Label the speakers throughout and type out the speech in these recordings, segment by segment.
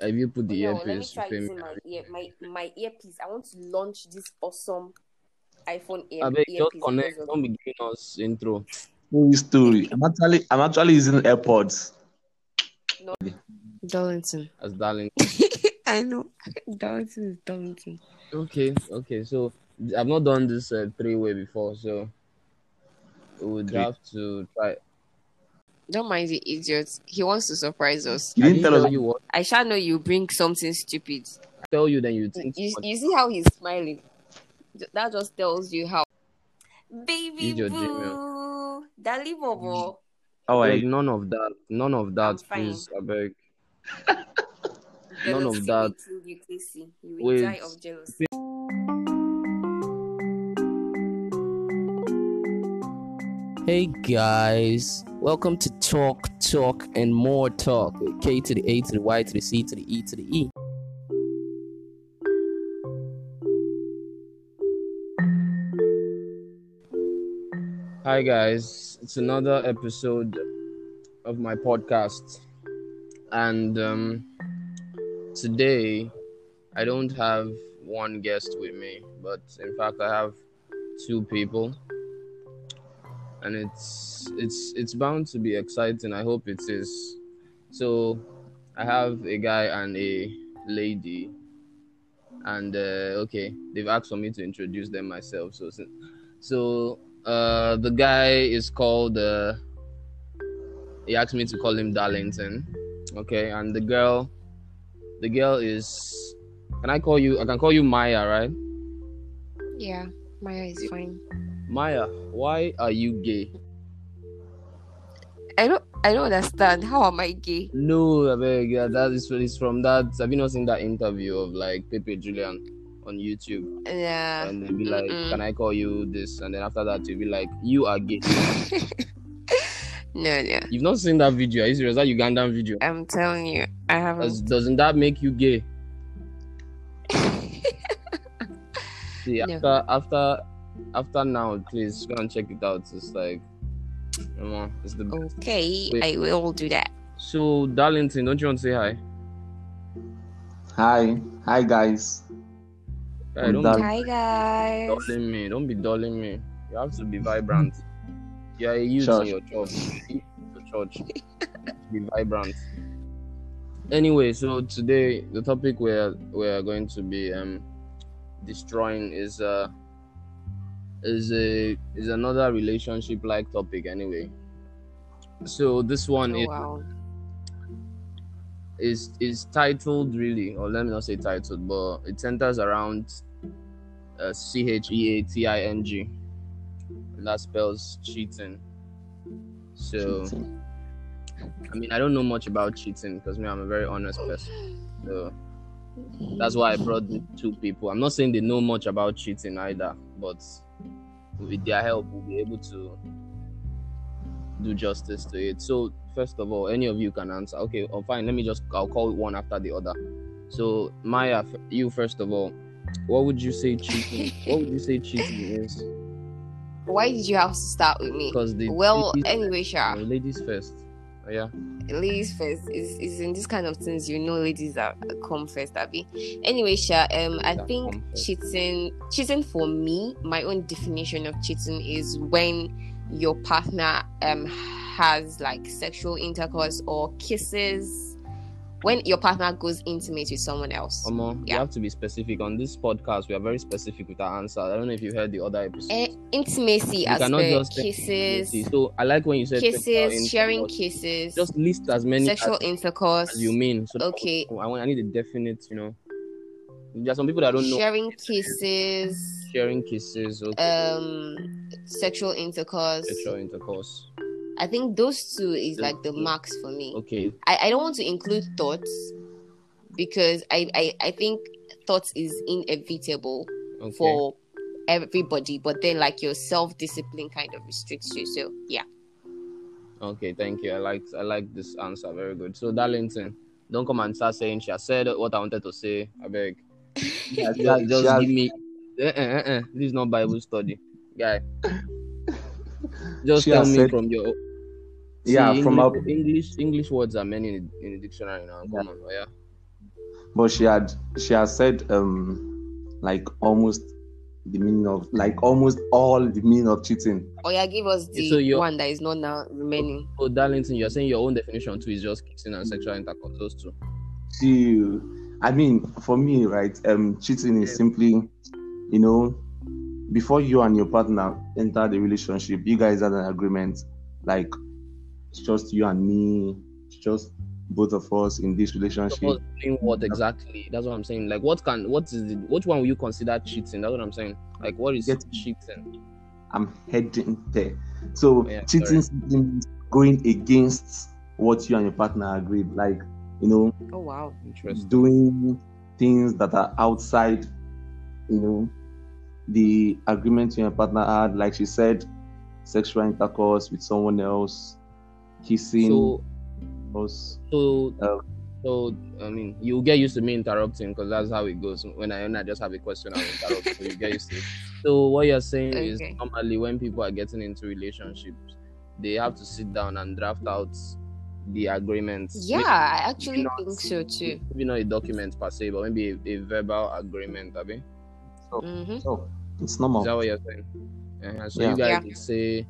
Speaker 1: Have you put the
Speaker 2: Oh, no, let me
Speaker 1: earpiece?
Speaker 2: try
Speaker 1: to
Speaker 2: using
Speaker 1: me?
Speaker 2: my ear, my my earpiece. I want to launch this awesome iPhone ear,
Speaker 1: I beg, just
Speaker 2: earpiece.
Speaker 1: connect. Don't be giving us intro.
Speaker 3: Full story. I'm actually, I'm actually using AirPods.
Speaker 2: Darlington.
Speaker 1: As darling.
Speaker 2: I know. Darlington is Darlington.
Speaker 1: Okay, okay. So I've not done this uh, three way before, so we would
Speaker 3: Okay.
Speaker 1: have to try.
Speaker 2: Don't mind the idiot. He wants to surprise us.
Speaker 3: You
Speaker 1: I
Speaker 3: didn't tell us.
Speaker 1: you what.
Speaker 2: I shall know you bring something stupid.
Speaker 1: I tell you, then you think.
Speaker 2: You,
Speaker 1: what-
Speaker 2: you see how he's smiling? Th- That just tells you how. Baby
Speaker 1: Use your
Speaker 2: boo, Dali Bobo.
Speaker 3: How are
Speaker 1: Beg,
Speaker 3: you?
Speaker 1: none of that. None of that,
Speaker 2: fine.
Speaker 1: please. I beg.
Speaker 2: Jealousy
Speaker 1: None of that.
Speaker 2: will kill You Casey. You will
Speaker 1: Wait.
Speaker 2: die of jealousy.
Speaker 1: Hey guys, welcome to Talk, Talk, and More Talk. with K to the A to the Y to the C to the E to the E. Hi guys, it's another episode of my podcast, and um, today I don't have one guest with me, but in fact I have two people and it's it's it's bound to be exciting. I hope it is. So I have a guy and a lady, and uh, okay, they've asked for me to introduce them myself. So sin- so uh, the guy is called. Uh, he asked me to call him Darlington. Okay, and the girl, the girl is. Can I call you? I can call you Maya, right?
Speaker 2: Yeah, Maya is fine.
Speaker 1: Maya, why are you gay?
Speaker 2: I don't. I don't understand. How am I gay?
Speaker 1: No, I beg. yeah, That is it's from that. Have you not seen that interview of like Pepe Julian on YouTube?
Speaker 2: Yeah.
Speaker 1: And they'll be like,
Speaker 2: Mm-mm.
Speaker 1: "Can I call you this?" And then after that, you'll be like, "You are gay."
Speaker 2: No, no.
Speaker 1: You've not seen that video? Are you serious? That Ugandan video?
Speaker 2: I'm telling you, I
Speaker 1: Does,
Speaker 2: haven't.
Speaker 1: doesn't that make you gay? See,
Speaker 2: No.
Speaker 1: after after after now, please go and check it out. It's like, come on, it's the.
Speaker 2: Oh. Okay,
Speaker 1: Wait.
Speaker 2: I will do that.
Speaker 1: So, Darlington, don't you want to say hi?
Speaker 3: Hi, hi guys.
Speaker 1: Hi, don't
Speaker 3: Darlington.
Speaker 2: Hi
Speaker 1: be
Speaker 2: guys.
Speaker 1: dulling me. Uh, Don't be dulling me. You have to be vibrant. You are a youth
Speaker 3: Sure.
Speaker 1: in your church. Youth in Your church. be vibrant. Anyway, so today the topic we're we're going to be um destroying is uh is a is another relationship like topic anyway. So this one
Speaker 2: Oh,
Speaker 1: is
Speaker 2: wow.
Speaker 1: is is titled really, or let me not say titled, but it centers around uh, C H E A T I N G, and that spells cheating. So
Speaker 3: Cheating.
Speaker 1: I mean, I don't know much about cheating because me, I'm a very honest person. So that's why I brought the two people. I'm not saying they know much about cheating either, but with their help, we'll be able to do justice to it. So, first of all, any of you can answer. Okay, oh, fine. Let me just, I'll call one after the other. So, Maya, f- you first of all, what would you say cheating? what would you say cheating is?
Speaker 2: Why did you have to start with me?
Speaker 1: Because the
Speaker 2: Well,
Speaker 1: ladies,
Speaker 2: anyway, sure.
Speaker 1: the ladies first. Oh, yeah.
Speaker 2: ladies first is is in this kind of things you know ladies are come first abi anyway sha um i
Speaker 1: Ladies are
Speaker 2: think
Speaker 1: come first.
Speaker 2: cheating cheating for me my own definition of cheating is when your partner um has like sexual intercourse or kisses when your partner goes intimate with someone else
Speaker 1: Omo, you
Speaker 2: Yeah.
Speaker 1: have to be specific on this podcast. We are very specific with our answer. I don't know if you heard the other episode.
Speaker 2: Eh, intimacy
Speaker 1: You
Speaker 2: as
Speaker 1: cannot
Speaker 2: per
Speaker 1: just say
Speaker 2: kisses
Speaker 1: See, so I like when you said sexual
Speaker 2: kisses
Speaker 1: intercourse.
Speaker 2: sharing kisses
Speaker 1: Just list as many as,
Speaker 2: sexual intercourse
Speaker 1: as you mean. So that-
Speaker 2: okay.
Speaker 1: I want. I need a definite. You know, there are some people that don't know
Speaker 2: sharing kisses
Speaker 1: sharing kisses. Okay.
Speaker 2: um sexual intercourse
Speaker 1: Mm. sexual intercourse.
Speaker 2: i think those two is
Speaker 1: Those
Speaker 2: like the
Speaker 1: two.
Speaker 2: max for me
Speaker 1: Okay.
Speaker 2: I, I don't want to include thoughts because I, I i think thoughts is inevitable
Speaker 1: Okay.
Speaker 2: for everybody but then like your self-discipline kind of restricts you so yeah
Speaker 1: Okay. Thank you. I like. I like this answer. Very good. So Darlington, don't come and start saying she has said what I wanted to say. I beg.
Speaker 3: Yeah,
Speaker 1: just,
Speaker 3: she
Speaker 1: just
Speaker 3: has-
Speaker 1: give me. Uh, uh, uh, This is not Bible study, guy. Just
Speaker 3: She
Speaker 1: tell
Speaker 3: has
Speaker 1: me
Speaker 3: said-
Speaker 1: from your.
Speaker 3: Yeah,
Speaker 1: See,
Speaker 3: from
Speaker 1: English,
Speaker 3: our
Speaker 1: English English words are many in, in the dictionary now. Come on, oh, yeah.
Speaker 3: but she had she has said um like almost the meaning of like almost all the meaning of cheating.
Speaker 2: Or Oh, yeah, give us the
Speaker 1: So you're-
Speaker 2: one that is not now remaining.
Speaker 1: So, Darlington, you're saying your own definition too is just kissing and sexual intercourse, those two.
Speaker 3: She, I mean, for me, right? Um, cheating is simply, you know, before you and your partner enter the relationship, you guys had an agreement, like it's just you and me, it's just both of us in this
Speaker 1: So
Speaker 3: relationship.
Speaker 1: what's doing what exactly? That's what I'm saying. Like, what can, what is, the, which one will you consider cheating? That's what I'm saying. Like, what is
Speaker 3: Get-
Speaker 1: cheating?
Speaker 3: I'm heading there. So
Speaker 1: Yeah,
Speaker 3: cheating simply means going against what you and your partner agreed, like you know,
Speaker 2: Oh wow.
Speaker 1: Interesting.
Speaker 3: doing things that are outside, you know, the agreement you and your partner had. Like she said, sexual intercourse with someone else, kissing
Speaker 1: So,
Speaker 3: us.
Speaker 1: so,
Speaker 3: Um,
Speaker 1: so, I mean, you'll get used to me interrupting because that's how it goes. When I, when I just have a question, I'll interrupt. so you get used to it. So, what you're saying is
Speaker 2: Okay.
Speaker 1: normally when people are getting into relationships, they have to sit down and draft out the agreements.
Speaker 2: Yeah, I actually
Speaker 1: not-
Speaker 2: think so too.
Speaker 1: maybe not a document per se, but maybe a, a verbal agreement. I mean, Oh.
Speaker 2: hmm
Speaker 3: So it's
Speaker 1: is that
Speaker 3: normal.
Speaker 1: what you're saying? Uh-huh. So you
Speaker 3: Yeah.
Speaker 1: guys
Speaker 2: Yeah.
Speaker 1: would say,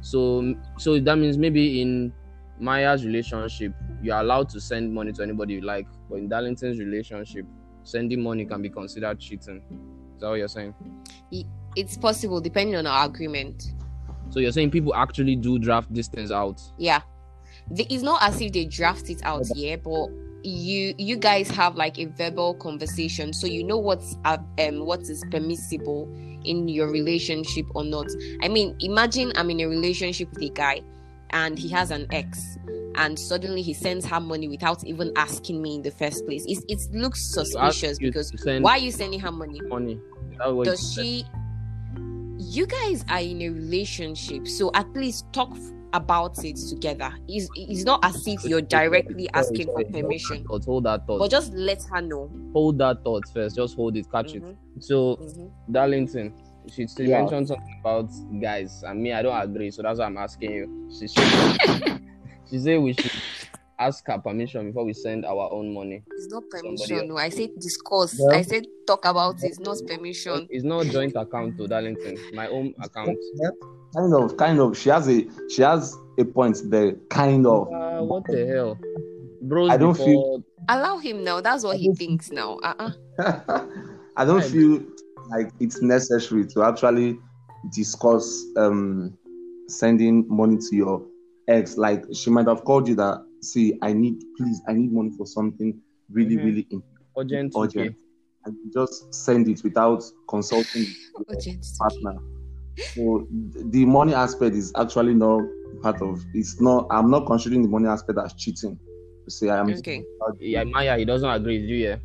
Speaker 1: so so that means maybe in Maya's relationship, you're allowed to send money to anybody you like, but in Darlington's relationship, sending money can be considered cheating. Is that what you're saying?
Speaker 2: It's possible depending on our agreement.
Speaker 1: So you're saying people actually do draft these things out.
Speaker 2: Yeah. The, it's not as if they draft it out here, but you you guys have like a verbal conversation, so you know what's uh, um what is permissible in your relationship or not. I mean, imagine I'm in a relationship with a guy, and he has an ex, and suddenly he sends her money without even asking me in the first place. It's, it looks
Speaker 1: You ask
Speaker 2: suspicious
Speaker 1: you
Speaker 2: because
Speaker 1: to send
Speaker 2: why are you sending her money?
Speaker 1: money. Is that what you
Speaker 2: does
Speaker 1: said?
Speaker 2: she you guys are in a relationship so at least talk f- about it together it's, it's not as if you're directly
Speaker 1: Sorry,
Speaker 2: asking for
Speaker 1: sorry, hold
Speaker 2: permission
Speaker 1: that thought, Hold that
Speaker 2: but
Speaker 1: thought.
Speaker 2: just let her know
Speaker 1: Hold that thought first. Just hold it. Catch
Speaker 2: Mhm,
Speaker 1: it. So
Speaker 2: mhm.
Speaker 1: Darlington, she, she
Speaker 3: Yeah.
Speaker 1: mentioned something about guys, and me, I don't agree, so that's why I'm asking you. She said, she said we should ask her permission before we send our own money.
Speaker 2: it's not
Speaker 1: else.
Speaker 2: permission no i said discuss
Speaker 3: Well-
Speaker 2: i said talk about it not permission
Speaker 1: It's not joint account to Darlington, my own account.
Speaker 3: Kind of, kind of. She has a she has a point there. Kind of.
Speaker 1: Uh, what the hell? Bros
Speaker 3: I don't
Speaker 1: before,
Speaker 3: feel-
Speaker 2: allow him now that's what he thinks now uh-uh.
Speaker 3: I don't feel like it's necessary to actually discuss um, sending money to your ex. Like she might have called you that, see, I need, please, I need money for something really,
Speaker 1: Mhm.
Speaker 3: really important.
Speaker 1: urgent.
Speaker 3: Urgent.
Speaker 1: urgent.
Speaker 3: And you just send it without consulting
Speaker 2: Oh,
Speaker 3: your
Speaker 2: gents, okay.
Speaker 3: partner. So th- the money aspect is actually not part of. It's not. I'm not considering the money aspect as cheating. You See, I'm.
Speaker 2: okay
Speaker 1: Yeah, Maya, he doesn't agree with you, yeah?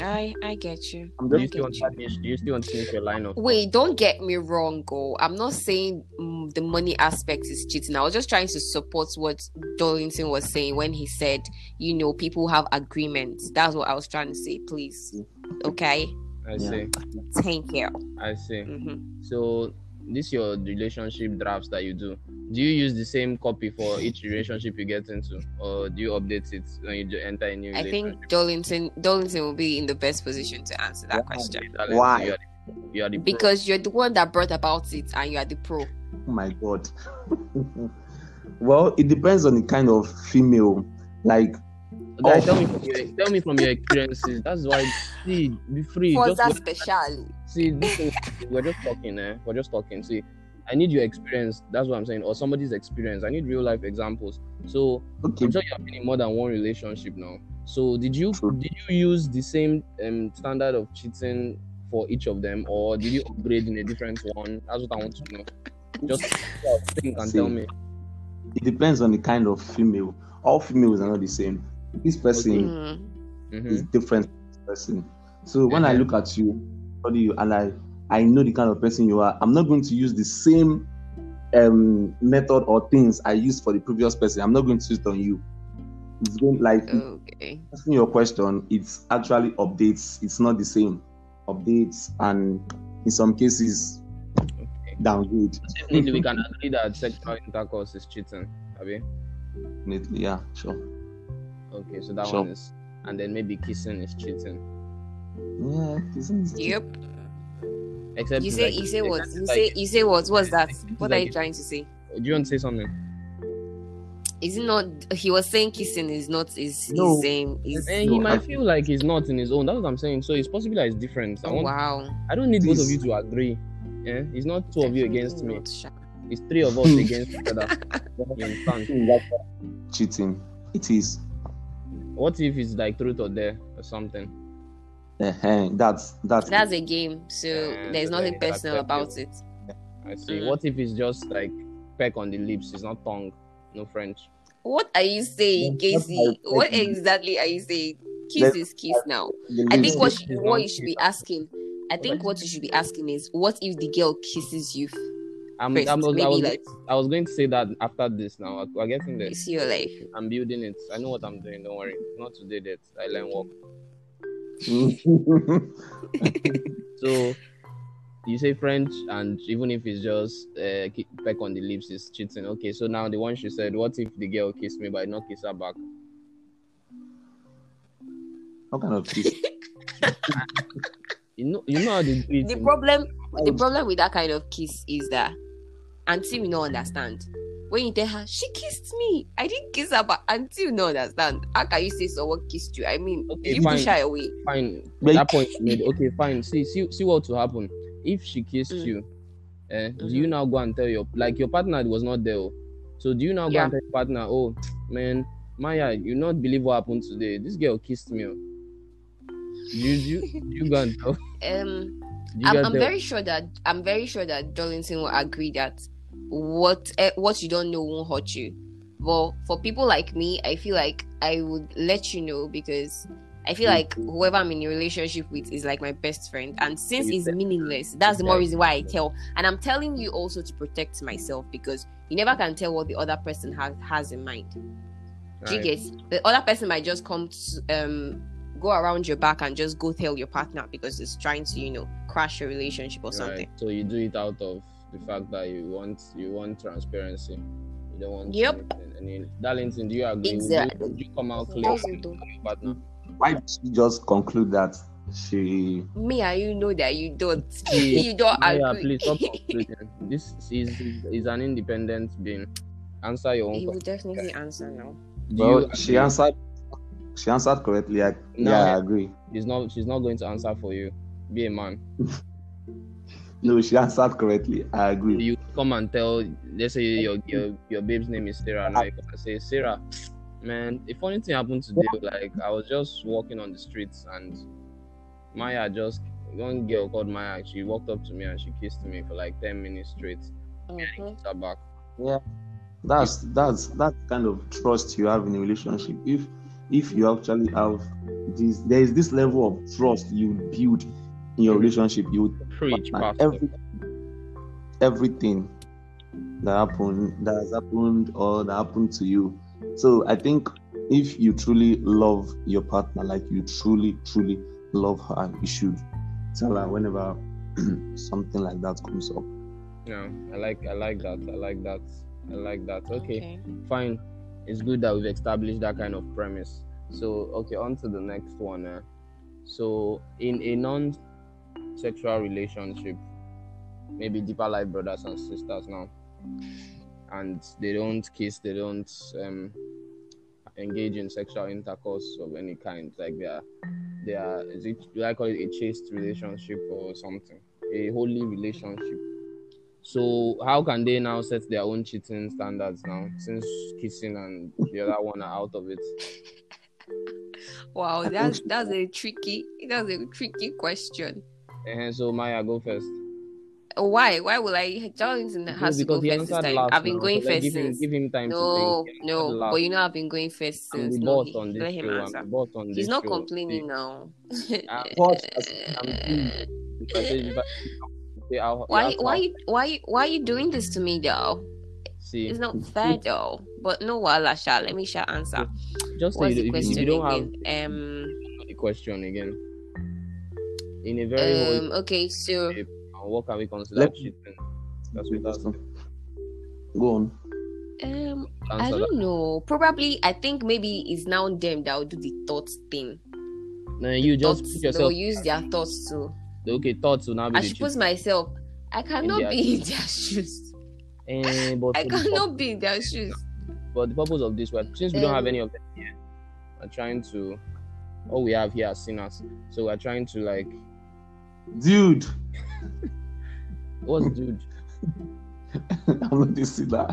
Speaker 2: i i get you
Speaker 3: I'm
Speaker 1: Do
Speaker 3: just
Speaker 1: you still want to
Speaker 2: Okay.
Speaker 1: finish, do you still want to finish your lineup?
Speaker 2: Wait, don't get me wrong, go. I'm not saying mm, the money aspect is cheating. I was just trying to support what Darlington was saying when he said, you know, people have agreements. That's what I was trying to say, please. Okay,
Speaker 1: I
Speaker 3: Yeah.
Speaker 1: see,
Speaker 2: thank you.
Speaker 1: I see.
Speaker 2: Mhm.
Speaker 1: So this your relationship drafts that you do. Do you use the same copy for each relationship you get into, or do you update it when you do enter a new
Speaker 2: I
Speaker 1: relationship?
Speaker 2: think Darlington, Darlington will be in the best position to answer that question
Speaker 1: Darling,
Speaker 3: Why?
Speaker 1: You are, the- you are the pro.
Speaker 2: because you're the one that brought about it and you are the pro.
Speaker 3: Oh my god. well, it depends on the kind of female. Like
Speaker 1: Guy,
Speaker 3: Oh.
Speaker 1: tell me from your tell me from your experiences. That's why see be free.
Speaker 2: What's
Speaker 1: just
Speaker 2: that
Speaker 1: let-
Speaker 2: special?
Speaker 1: see this thing, we're just talking, eh? We're just talking. See, I need your experience. That's what I'm saying, or somebody's experience. I need real life examples. So
Speaker 3: okay,
Speaker 1: I'm sure you have been in more than one relationship now. So did you
Speaker 3: True.
Speaker 1: did you use the same um, standard of cheating for each of them, or did you upgrade in a different one? That's what I want to know. Just think and
Speaker 3: See.
Speaker 1: tell me.
Speaker 3: it depends on the kind of female. All females are not the same. This person
Speaker 2: Mm.
Speaker 1: Mhm.
Speaker 3: is different from this person. So when I
Speaker 1: Mhm.
Speaker 3: look at you, study you and I I know the kind of person you are, I'm not going to use the same um method or things I used for the previous person. I'm not going to use it on you. It's going like
Speaker 2: Okay.
Speaker 3: asking your question, it's actually updates. It's not the same. Updates and in some cases downgrade.
Speaker 1: Definitely, we can agree that sexual intercourse is cheating. Abi?
Speaker 3: Definitely, yeah, sure.
Speaker 1: Okay, so that
Speaker 3: Sure.
Speaker 1: one is and then maybe kissing is cheating.
Speaker 3: Yeah, kissing is
Speaker 2: Yep.
Speaker 1: Except
Speaker 2: You
Speaker 1: it's
Speaker 2: say
Speaker 1: like-
Speaker 2: you say what?
Speaker 1: except
Speaker 2: You
Speaker 1: it's
Speaker 2: say
Speaker 1: like-
Speaker 2: you say what? What's that? What are
Speaker 1: like
Speaker 2: you
Speaker 1: it-
Speaker 2: trying to say?
Speaker 1: Do you want to say something?
Speaker 2: Is it not? He was saying kissing is not is
Speaker 3: No.
Speaker 2: is um is.
Speaker 1: And
Speaker 3: No,
Speaker 1: Eh, he might
Speaker 3: I-
Speaker 1: feel like he's not in his own. That's what I'm saying. So it's possible that it's different. I,
Speaker 2: Oh,
Speaker 1: want,
Speaker 2: wow.
Speaker 1: I don't need both of
Speaker 3: Please.
Speaker 1: you to agree. Yeah? It's not two of you against me.
Speaker 2: Not sharp.
Speaker 1: It's three of us against each other. You understand?
Speaker 3: cheating. It is.
Speaker 1: What if it's like truth or dare or something?
Speaker 3: Uh-huh. That's that's
Speaker 2: That's a game, so
Speaker 1: Yeah, so
Speaker 2: there's
Speaker 1: then
Speaker 2: nothing
Speaker 1: it's
Speaker 2: personal about it.
Speaker 1: I see.
Speaker 2: Mm.
Speaker 1: What if it's just like peck on the lips? It's not tongue, no French.
Speaker 2: What are you saying,
Speaker 3: Yeah, that's
Speaker 2: Casey?
Speaker 3: my
Speaker 2: What
Speaker 3: question.
Speaker 2: exactly are you saying? Kiss
Speaker 3: Let's-
Speaker 2: is kiss now.
Speaker 3: the
Speaker 2: I
Speaker 3: least-
Speaker 2: think what
Speaker 1: kiss
Speaker 2: you,
Speaker 1: is
Speaker 2: what
Speaker 1: not
Speaker 2: you should
Speaker 1: kiss.
Speaker 2: be asking. I think what you should be asking is what if the girl kisses you
Speaker 1: Mm, I'm,
Speaker 2: first?
Speaker 1: I'm- I was,
Speaker 2: Maybe
Speaker 1: I, was,
Speaker 2: like
Speaker 1: I was going to say that after this now. I- We're getting there.
Speaker 2: it's your life.
Speaker 1: I'm building it. I know what I'm doing. Don't worry. Not today, that I learn work. So you say French, and even if it's just uh, ki- peck on the lips, is cheating. Okay, so now the one she said, what if the girl kissed me, but I not kiss her back?
Speaker 3: what kind of kiss?
Speaker 1: You know, you know how they do it
Speaker 2: The
Speaker 1: in-
Speaker 2: problem, the problem with that kind of kiss is that auntie will not understand. When you tell her she kissed me, I didn't kiss her, but auntie will not understand. How can you say someone kissed you? I mean,
Speaker 1: Okay,
Speaker 2: you
Speaker 1: fine.
Speaker 2: push her away.
Speaker 1: fine.
Speaker 3: Like-
Speaker 1: that point you made. Okay, fine. See, see, see what will happen if she kissed
Speaker 2: Mm. Mm-hmm.
Speaker 1: you. Eh, Do you now go and tell your like your partner was not there? oh. So do you now go
Speaker 2: Yeah.
Speaker 1: and tell your partner, oh man, Maya, you not believe what happened today? This girl kissed me. oh." Do you do you, do you go and tell? Do
Speaker 2: Um,
Speaker 1: you
Speaker 2: I'm,
Speaker 1: go and
Speaker 2: I'm
Speaker 1: tell-
Speaker 2: very sure that I'm very sure that Darlington will agree that what eh, what you don't know won't hurt you. But for people like me, I feel like I would let you know because I
Speaker 1: Mm.
Speaker 2: feel like whoever I'm in a relationship with is like my best friend, and since
Speaker 1: You
Speaker 2: it's
Speaker 1: said-
Speaker 2: meaningless, that's the more
Speaker 1: Exactly.
Speaker 2: reason why I tell. And I'm telling you also to protect myself because you never can tell what the other person has has in mind. Do you
Speaker 1: Right.
Speaker 2: get the other person might just come to um go around your back and just go tell your partner because it's trying to you know crash your relationship or
Speaker 1: Right.
Speaker 2: something
Speaker 1: So you do it out of the fact that you want you want transparency. You don't want.
Speaker 2: Yep.
Speaker 1: anything. And you, Darlington, do you agree? Would you-
Speaker 2: Exactly.
Speaker 1: Would you, come out clear?
Speaker 2: Yes, I
Speaker 1: with
Speaker 2: do.
Speaker 1: your partner?
Speaker 3: Why did she just conclude that she
Speaker 2: me and you know that you don't
Speaker 1: See,
Speaker 2: you don't
Speaker 1: Maya,
Speaker 2: agree
Speaker 1: please stop complaining. This is is an independent being. Answer your own
Speaker 2: you will
Speaker 1: question.
Speaker 2: definitely answer now
Speaker 1: Do
Speaker 3: well
Speaker 1: you
Speaker 3: she
Speaker 1: agree?
Speaker 3: answered she answered correctly. I,
Speaker 1: No.
Speaker 3: Yeah, I agree.
Speaker 1: She's not. She's not going to answer for you. Be a man.
Speaker 3: No, she answered correctly. I agree.
Speaker 1: You come and tell. Let's say your your, your babe's name is Sarah. Now you come and say Sarah, man. A funny thing happened today. Like I was just walking on the streets and Maya just one girl called Maya. She walked up to me and she kissed me for like ten minutes straight. I
Speaker 2: Mhm.
Speaker 1: kissed her back.
Speaker 3: That's that's that kind of trust you have in a relationship. If if you actually have this, there is this level of trust you build in your relationship. You would
Speaker 1: Preach,
Speaker 3: partner,
Speaker 1: pastor.
Speaker 3: every, everything that happened that has happened or that happened to you so i think if you truly love your partner like you truly truly love her you should tell her whenever something like that comes up
Speaker 1: Yeah, I like I like that. I like that. I like that. okay. fine. It's good that we've established that kind of premise. So, okay, on to the next one. Uh. So, in a non sexual relationship, maybe deeper life brothers and sisters now, and they don't kiss, they don't um, engage in sexual intercourse of any kind. Like they are, they are, is it, do I call it a chaste relationship or something? A holy relationship. So how can they now set their own cheating standards now since kissing and the other one are out of it?
Speaker 2: wow that's that's a tricky that's a tricky question
Speaker 1: And so Maya, go first.
Speaker 2: why why will i Darlington has to go
Speaker 1: he
Speaker 2: first this
Speaker 1: answered
Speaker 2: time
Speaker 1: last
Speaker 2: i've been
Speaker 1: now,
Speaker 2: going
Speaker 1: so let's
Speaker 2: first
Speaker 1: give him,
Speaker 2: since
Speaker 1: give him time
Speaker 2: no
Speaker 1: to think. He answered
Speaker 2: no
Speaker 1: last.
Speaker 2: but you know i've been going first
Speaker 1: I'm
Speaker 2: since
Speaker 1: the
Speaker 2: no
Speaker 1: boss
Speaker 2: he-
Speaker 1: on this
Speaker 2: let him
Speaker 1: show.
Speaker 2: answer
Speaker 1: I'm the boss on this
Speaker 2: He's not
Speaker 1: show.
Speaker 2: complaining now.
Speaker 1: I'm
Speaker 2: eh,
Speaker 1: boss. I'm the- if I say- if I- say how-
Speaker 2: why
Speaker 1: that's how-
Speaker 2: why you why why are you doing this to me though?
Speaker 1: See,
Speaker 2: It's not fair though. But no wala sha, let me shall answer.
Speaker 1: just say
Speaker 2: What's
Speaker 1: you, if, you-
Speaker 2: the
Speaker 1: if
Speaker 2: question
Speaker 1: you don't have
Speaker 2: again? Um
Speaker 1: the question again, in a very holy,
Speaker 2: um okay, so
Speaker 1: what can we consider
Speaker 3: Let-
Speaker 1: cheating? That's what that's.
Speaker 3: go on
Speaker 2: Um, I
Speaker 1: Answer that.
Speaker 2: don't know. Probably, I think maybe it's now them that will do the thoughts thing.
Speaker 1: No, you just
Speaker 2: thoughts,
Speaker 1: put
Speaker 2: they will
Speaker 1: yourself.
Speaker 2: use their thoughts too.
Speaker 1: Okay, thoughts will now be
Speaker 2: I
Speaker 1: the
Speaker 2: should put
Speaker 1: truth.
Speaker 2: myself. I
Speaker 1: their
Speaker 2: cannot be in their shoes.
Speaker 1: Eh, but,
Speaker 2: I
Speaker 1: for the pur-
Speaker 2: cannot be in their shoes.
Speaker 1: but the purpose of this, web, since we don't have
Speaker 2: Um,
Speaker 1: any of them here, we're trying to. All we have here are sinners, so we're trying to like.
Speaker 3: Dude,
Speaker 1: What's dude?
Speaker 3: I'm not a sinner.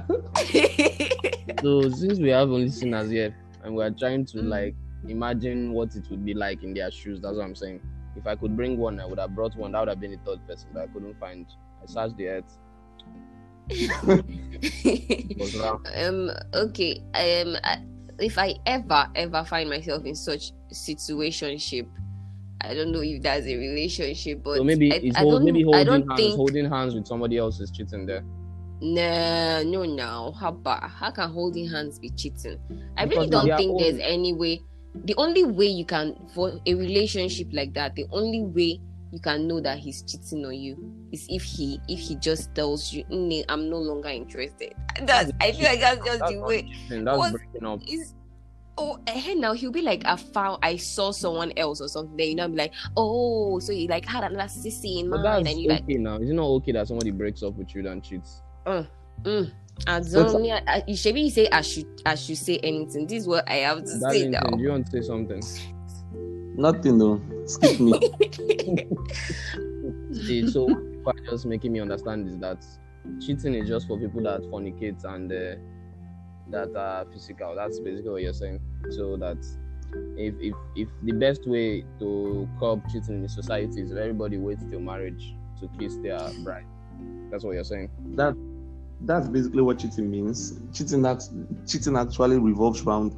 Speaker 1: So since we have only sinners here, and we're trying to
Speaker 2: Mm.
Speaker 1: like imagine what it would be like in their shoes. That's what I'm saying. If I could bring one, I would have brought one. That would have been the third person that I couldn't find. I searched the earth. It was round.
Speaker 2: um. Okay. Um. I- If I ever ever find myself in such situationship, I don't know if that's a relationship, but
Speaker 1: So maybe
Speaker 2: I,
Speaker 1: it's
Speaker 2: I
Speaker 1: hold,
Speaker 2: don't.
Speaker 1: maybe
Speaker 2: I
Speaker 1: holding
Speaker 2: don't
Speaker 1: hands,
Speaker 2: think.
Speaker 1: holding hands with somebody else is cheating there.
Speaker 2: Nah, no, no. How about how can holding hands be cheating? I
Speaker 1: Because
Speaker 2: really
Speaker 1: they
Speaker 2: don't
Speaker 1: are
Speaker 2: think
Speaker 1: old.
Speaker 2: there's any way. The only way you can for a relationship like that, the only way you can know that he's cheating on you is if he if he just tells you, "Nah, I'm no longer interested. That's I feel like that's just
Speaker 1: That's
Speaker 2: the
Speaker 1: not
Speaker 2: way.
Speaker 1: And that's
Speaker 2: What's-
Speaker 1: breaking up.
Speaker 2: Is oh hey now he'll be like, I found I saw someone else or something. Then you know, I'm like, oh, so you like had another sissy in
Speaker 1: But
Speaker 2: mind,
Speaker 1: that's
Speaker 2: and
Speaker 1: okay
Speaker 2: you like.
Speaker 1: now. Is it not okay that somebody breaks up with you and cheats?
Speaker 2: Mm. I don't mean, I, you should be say I should I should say anything. This is what I have to
Speaker 1: That
Speaker 2: say
Speaker 1: means
Speaker 2: um, now.
Speaker 1: do you want to say something?
Speaker 3: Nothing though. Skip me.
Speaker 1: See, so what you are just making me understand is that cheating is just for people that fornicate and uh, that are physical. That's basically what you're saying. So that if if if the best way to curb cheating in society is if everybody waits till marriage to kiss their bride. That's what you're saying.
Speaker 3: that that's basically what cheating means. Cheating that cheating actually revolves around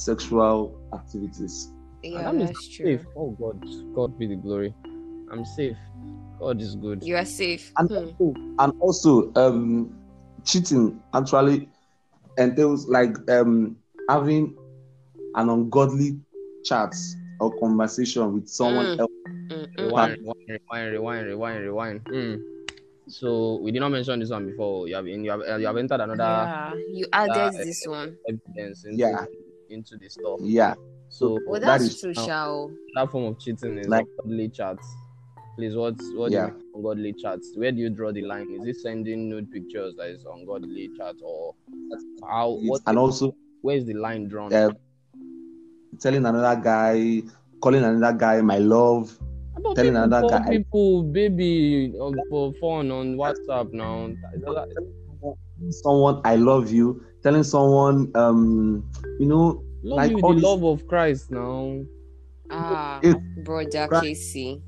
Speaker 3: sexual activities.
Speaker 2: yeah,
Speaker 1: that means
Speaker 2: that's true.
Speaker 1: Safe. Oh God, God be the glory. I'm safe. God is good.
Speaker 2: You are safe.
Speaker 3: And
Speaker 2: Hmm.
Speaker 3: also, and also um, cheating actually entails like um, having an ungodly chat or conversation with someone
Speaker 2: Mm.
Speaker 3: else.
Speaker 2: Mm, mm.
Speaker 1: Rewind, rewind, rewind, rewind, rewind. Mm. So we did not mention this one before. You have you have, uh, you have entered another. uh,
Speaker 2: Yeah, you added
Speaker 1: that-
Speaker 2: this one.
Speaker 1: evidence into,
Speaker 3: Yeah.
Speaker 1: into the stuff.
Speaker 3: Yeah,
Speaker 1: So
Speaker 2: Well,
Speaker 3: that
Speaker 2: that's
Speaker 3: is-
Speaker 2: true,
Speaker 1: now-
Speaker 2: Shao.
Speaker 1: that form of cheating is
Speaker 3: Like-
Speaker 1: ungodly chats. Please, what what
Speaker 3: Yeah.
Speaker 1: do you mean ungodly chats? Where do you draw the line? Is it sending nude pictures that is ungodly chat or how? What?
Speaker 3: and also
Speaker 1: Where is the line drawn?
Speaker 3: uh, telling another guy, calling another guy my love.
Speaker 1: About
Speaker 3: telling
Speaker 1: people,
Speaker 3: another
Speaker 1: call
Speaker 3: guy-
Speaker 1: people, baby, on, for phone on WhatsApp now.
Speaker 3: Someone I love you. Telling someone um, you know
Speaker 1: Love
Speaker 3: Like
Speaker 1: you
Speaker 3: all
Speaker 1: with
Speaker 3: this-
Speaker 1: the love of Christ now.
Speaker 2: Ah,
Speaker 3: It-
Speaker 2: brother
Speaker 3: Right.
Speaker 2: Casey.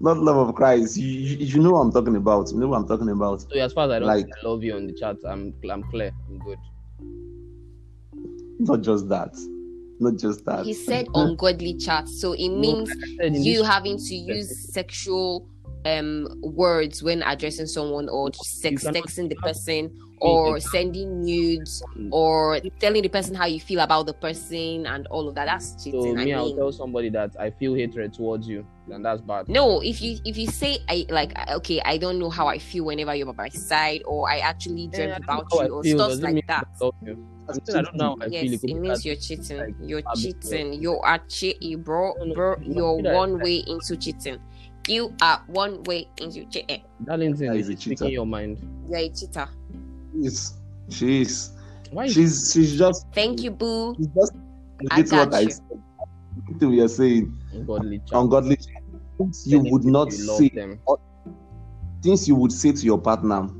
Speaker 3: not love of Christ. You, you, you know what I'm talking about. You know what I'm talking about.
Speaker 1: So as far as I don't
Speaker 3: Like-
Speaker 1: say I love you on the chat, I'm I'm clear. I'm good.
Speaker 3: Not just that. Not just that.
Speaker 2: He said ungodly chat, so it
Speaker 1: No,
Speaker 2: means
Speaker 1: like I said, in
Speaker 2: you
Speaker 1: this-
Speaker 2: having to use sexual um words when addressing someone or sex
Speaker 1: cannot-
Speaker 2: texting the person or sending nudes
Speaker 1: Mm.
Speaker 2: or telling the person how you feel about the person and all of that that's cheating
Speaker 1: So
Speaker 2: i
Speaker 1: me, I'll
Speaker 2: mean
Speaker 1: tell somebody that I feel hatred towards you, and that's bad.
Speaker 2: no if you if you say i like I- okay i don't know how i feel whenever you're by my side or i actually dreamt about
Speaker 1: How I
Speaker 2: you or
Speaker 1: feel
Speaker 2: stuff
Speaker 1: doesn't
Speaker 2: like
Speaker 1: mean
Speaker 2: that
Speaker 1: I love you. I'm saying I don't know how I feel.
Speaker 2: yes
Speaker 1: could be
Speaker 2: it means
Speaker 1: that-
Speaker 2: you're cheating
Speaker 1: like,
Speaker 2: you're
Speaker 1: public way.
Speaker 2: cheating you are cheating bro
Speaker 1: No, no,
Speaker 2: bro
Speaker 1: no,
Speaker 2: you're
Speaker 1: Peter,
Speaker 2: one way into cheating you are one way into eh, cheating
Speaker 1: Darlington
Speaker 3: That
Speaker 1: is
Speaker 3: is a
Speaker 1: speaking
Speaker 3: cheater.
Speaker 1: your mind.
Speaker 2: you're a cheater
Speaker 3: She's she's
Speaker 1: Why? Is
Speaker 3: she's she's just
Speaker 2: Thank you, boo.
Speaker 3: she's just
Speaker 2: I
Speaker 3: it's what
Speaker 2: got
Speaker 3: I
Speaker 2: you.
Speaker 3: said. It's what You're saying
Speaker 1: ungodly child?
Speaker 3: ungodly things you would not
Speaker 1: you love
Speaker 3: say
Speaker 1: them,
Speaker 3: things you would say to your partner,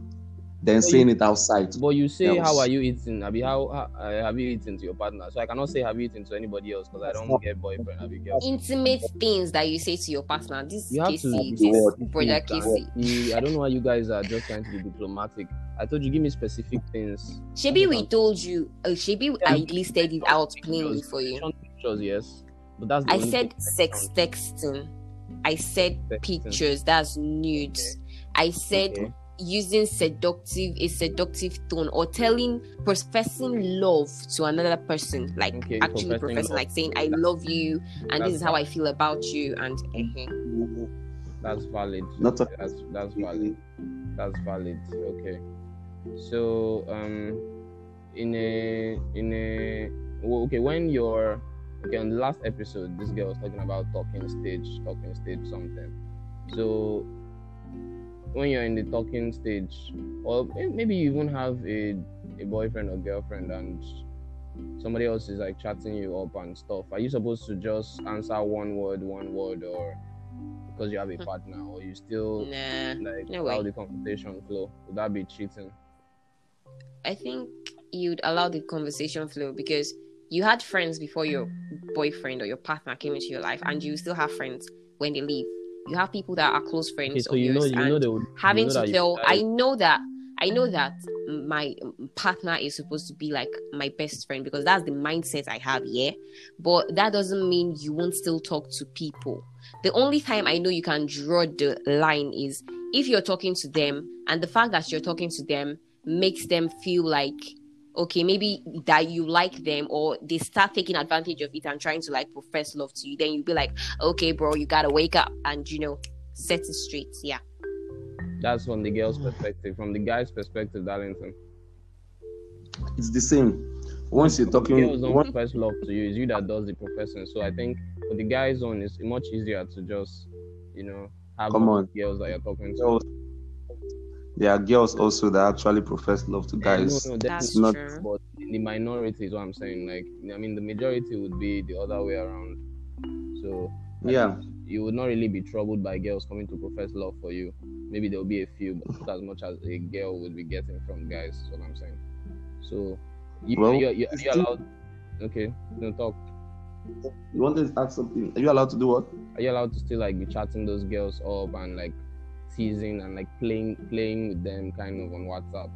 Speaker 3: then
Speaker 1: So
Speaker 3: saying it outside.
Speaker 1: but you say,
Speaker 3: Else.
Speaker 1: "How are you eating?" Abi, how how- uh, have you eaten to your partner? So I cannot say, "Have you eaten to anybody else?" Because I
Speaker 3: That's
Speaker 1: don't
Speaker 3: not-
Speaker 1: get boyfriend. Abi, girl.
Speaker 2: Intimate things that you say to your partner. This
Speaker 1: You
Speaker 2: is
Speaker 1: have to
Speaker 2: Casey,
Speaker 3: be
Speaker 2: this
Speaker 3: what-
Speaker 2: brother
Speaker 1: Please,
Speaker 2: Casey.
Speaker 1: and you- I don't know why you guys are just trying to be diplomatic. I told you, give me specific things.
Speaker 2: Shebi, we told you. Uh, Shebi, I listed it out plainly for you.
Speaker 1: Mention Pictures, yes, but that's the
Speaker 2: I
Speaker 1: only
Speaker 2: said
Speaker 1: thing
Speaker 2: sex
Speaker 1: mentioned.
Speaker 2: texting. I said
Speaker 1: Texting.
Speaker 2: pictures. That's nudes. I said
Speaker 1: Okay.
Speaker 2: using seductive a seductive tone or telling professing love to another person like
Speaker 1: Mm. Okay,
Speaker 2: actually
Speaker 1: professing
Speaker 2: professing
Speaker 1: love.
Speaker 2: like saying i love you and
Speaker 1: That's
Speaker 2: this
Speaker 1: Mm.
Speaker 2: is how i feel about you and eh,
Speaker 1: That's valid.
Speaker 3: Not a-
Speaker 1: that's that's valid. That's valid. Okay. So um in a in a well, okay when you're okay on the last episode this girl was talking about talking stage talking stage something so when you're in the talking stage or may- maybe you even have a, a boyfriend or girlfriend and somebody else is like chatting you up and stuff are you supposed to just answer one word one word or because you have a
Speaker 2: Hmm.
Speaker 1: partner or you still
Speaker 2: Nah.
Speaker 1: like
Speaker 2: No
Speaker 1: allow
Speaker 2: way.
Speaker 1: the conversation flow would that be cheating
Speaker 2: I think you'd allow the conversation flow because you had friends before your boyfriend or your partner came into your life, and you still have friends when they leave. You have people that are close friends
Speaker 1: okay so
Speaker 2: of
Speaker 1: you know
Speaker 2: yours,
Speaker 1: you
Speaker 2: and
Speaker 1: know they would
Speaker 2: having
Speaker 1: you know that
Speaker 2: to
Speaker 1: you
Speaker 2: tell.
Speaker 1: guys-
Speaker 2: I know that. I know that my um, partner is supposed to be like my best friend because that's the mindset I have, yeah. But that doesn't mean you won't still talk to people. The only time I know you can draw the line is if you're talking to them and the fact that you're talking to them makes them feel like okay maybe that you like them or they start taking advantage of it and trying to like profess love to you then you'll be like okay bro you gotta wake up and you know set it straight yeah
Speaker 1: That's from the girl's perspective. From the guy's perspective, Darlington.
Speaker 3: It's the same. Once you're talking,
Speaker 1: Girls
Speaker 3: once-
Speaker 1: don't first love to you. It's you that does the professing. So I think for the guys on, it's much easier to just, you know, have
Speaker 3: Come on.
Speaker 1: girls that you're talking to.
Speaker 3: girls- there are girls also that actually profess love to guys.
Speaker 1: No, no,
Speaker 2: that's
Speaker 1: definitely
Speaker 3: not-
Speaker 2: true
Speaker 1: But the minority is what I'm saying. Like, I mean, the majority would be the other way around. So I
Speaker 3: Yeah,
Speaker 1: think you would not really be troubled by girls coming to profess love for you. Maybe there will be a few, but not as much as a girl would be getting from guys. Is what I'm saying. So you,
Speaker 3: Well,
Speaker 1: you, you,
Speaker 3: it's
Speaker 1: you
Speaker 3: still-
Speaker 1: allowed? Okay, no talk.
Speaker 3: you wanted to ask something. Are you allowed to do what?
Speaker 1: Are you allowed to still like be chatting those girls up and like teasing and like playing playing with them kind of on WhatsApp?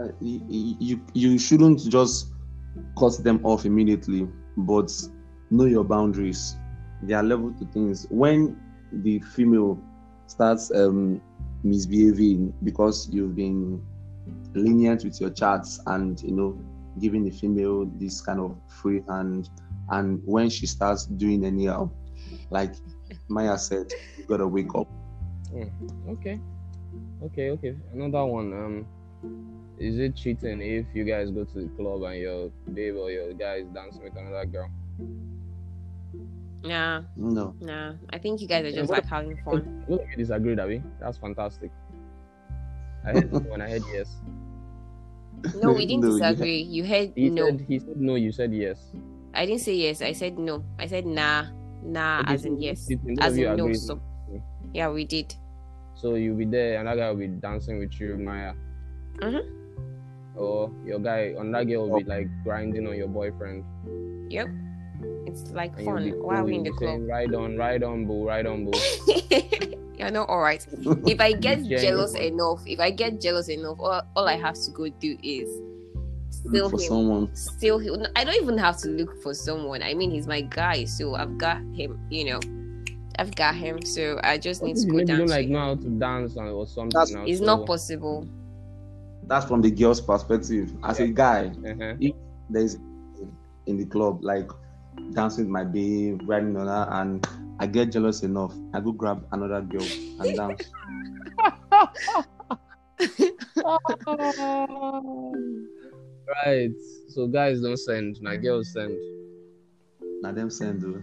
Speaker 3: Uh, y- y- you you shouldn't just cut them off immediately, but know your boundaries. There are level to things. When the female starts um, misbehaving because you've been lenient with your chats and you know giving the female this kind of free hand, and when she starts doing anyhow, like Maya said, you gotta wake up.
Speaker 1: Okay, okay, okay. Another one. Um, is it cheating if you guys go to the club and your babe or your guy is dancing with another girl?
Speaker 2: nah
Speaker 3: No,
Speaker 2: nah i think you guys are just
Speaker 1: Yeah.
Speaker 2: like having fun
Speaker 1: Look, you disagreed, Abby. That's fantastic. I heard when I heard yes.
Speaker 2: no we didn't
Speaker 3: No, you-
Speaker 2: disagree you heard
Speaker 1: He
Speaker 2: no
Speaker 1: said he said no. You said yes.
Speaker 2: i didn't say yes i said no i said nah nah
Speaker 1: Okay,
Speaker 2: Ah, as in
Speaker 1: so
Speaker 2: yes
Speaker 1: did neither
Speaker 2: as
Speaker 1: of you
Speaker 2: in no
Speaker 1: agree?
Speaker 2: so yeah we did
Speaker 1: So you'll be there, and that guy will be dancing with you, Maya.
Speaker 2: Mhm.
Speaker 1: Or your guy, and that girl will be like grinding on your boyfriend.
Speaker 2: yep it's like
Speaker 1: And
Speaker 2: fun
Speaker 1: you'll be
Speaker 2: why are we in the
Speaker 1: cool,
Speaker 2: club
Speaker 1: saying, Ride on, ride on, boo, ride on, boo.
Speaker 2: you're not all right if I get
Speaker 1: Genuine.
Speaker 2: jealous enough, if I get jealous enough, all, all I have to go do is steal
Speaker 3: look for
Speaker 2: him.
Speaker 3: someone.
Speaker 2: Steal him. I don't even have to look for someone. I mean, he's my guy, so I've got him. You know, I've got him. So I just need to go
Speaker 1: Maybe you don't
Speaker 2: down. to
Speaker 1: like
Speaker 2: him.
Speaker 1: know how to dance or or something.
Speaker 3: That's-
Speaker 1: now,
Speaker 2: It's
Speaker 1: so-
Speaker 2: not possible.
Speaker 3: That's from the girl's perspective. As a guy,
Speaker 1: Uh-huh.
Speaker 3: there's in the club, like dancing with my babe, riding on her, and I get jealous enough. I go grab another girl and dance.
Speaker 1: Right. So guys don't send, now girls send.
Speaker 3: now them send though.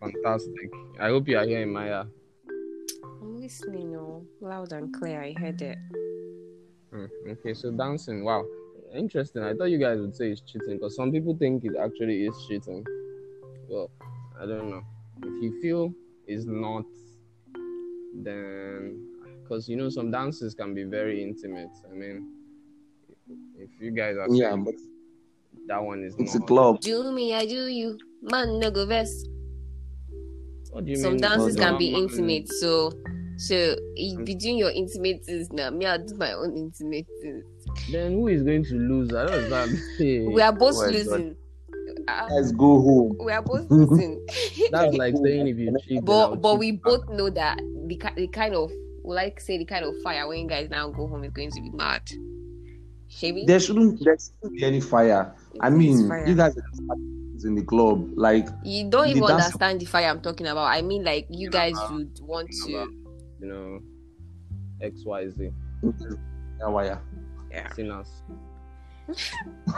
Speaker 1: Fantastic. I hope you are hearing Maya.
Speaker 2: I'm listening, oh, loud and clear. I heard it.
Speaker 1: Mm, okay, so dancing. Wow, interesting. I thought you guys would say it's cheating because some people think it actually is cheating. Well, I don't know. If you feel it's not, then because you know some dances can be very intimate. I mean, if you guys are
Speaker 3: Yeah,
Speaker 1: saying
Speaker 3: but
Speaker 1: that one is
Speaker 3: it's a
Speaker 1: not,
Speaker 3: club.
Speaker 2: Do me, I do you. Man, no go vest.
Speaker 1: What do you
Speaker 2: Some
Speaker 1: mean?
Speaker 2: dances
Speaker 3: Hold
Speaker 2: can
Speaker 3: on.
Speaker 2: be intimate, so. So
Speaker 1: Mm.
Speaker 2: i- between your intimate things now, me I do my own intimate things.
Speaker 1: Then who is going to lose? I don't know.
Speaker 2: we are both
Speaker 3: Oh my God.
Speaker 2: losing. Uh,
Speaker 3: Guys, go home.
Speaker 2: we are both losing.
Speaker 1: That's like saying if you cheat, then
Speaker 2: but
Speaker 1: I'll
Speaker 2: but
Speaker 1: cheat
Speaker 2: we
Speaker 1: back.
Speaker 2: both know that the, ki- the kind of well, like say the kind of fire when you guys now go home is going to be mad. Shabby,
Speaker 3: There shouldn't, there shouldn't be any fire. I mean,
Speaker 2: Fire.
Speaker 3: you guys are just parties in the club. Like,
Speaker 2: you don't
Speaker 3: the
Speaker 2: even
Speaker 3: dance-
Speaker 2: understand the fire I'm talking about. I mean, like you guys would want to.
Speaker 1: about, you know, X Y Z
Speaker 3: yeah, why?
Speaker 2: Yeah.
Speaker 1: sinners.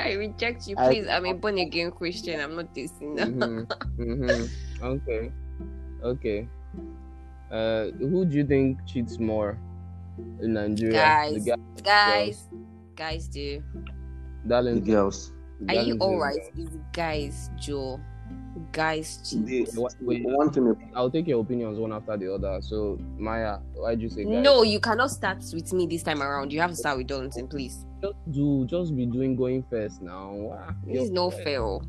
Speaker 2: I reject you.
Speaker 3: I-
Speaker 2: Please, I, am a born again Christian. I'm not this. No.
Speaker 1: Mm-hmm. mm-hmm. Okay. Okay. Uh, who do you think cheats more in Nigeria?
Speaker 2: Guys.
Speaker 1: The guy,
Speaker 2: Guys, guys, do.
Speaker 3: The
Speaker 1: darling,
Speaker 3: girls.
Speaker 2: Are you
Speaker 1: darling-
Speaker 2: alright? Is guys, Joe? Guys, cheat.
Speaker 3: They,
Speaker 1: Wait, wait.
Speaker 3: one thing about
Speaker 1: I'll take your opinions one after the other. So, Maya, why'd you say guys?
Speaker 2: No, you cannot start with me this time around. You have to start with Donaldson, please.
Speaker 1: Just do, just be doing going first now. Ah,
Speaker 2: This is
Speaker 1: yo,
Speaker 2: no
Speaker 1: eh.
Speaker 2: fair. oh.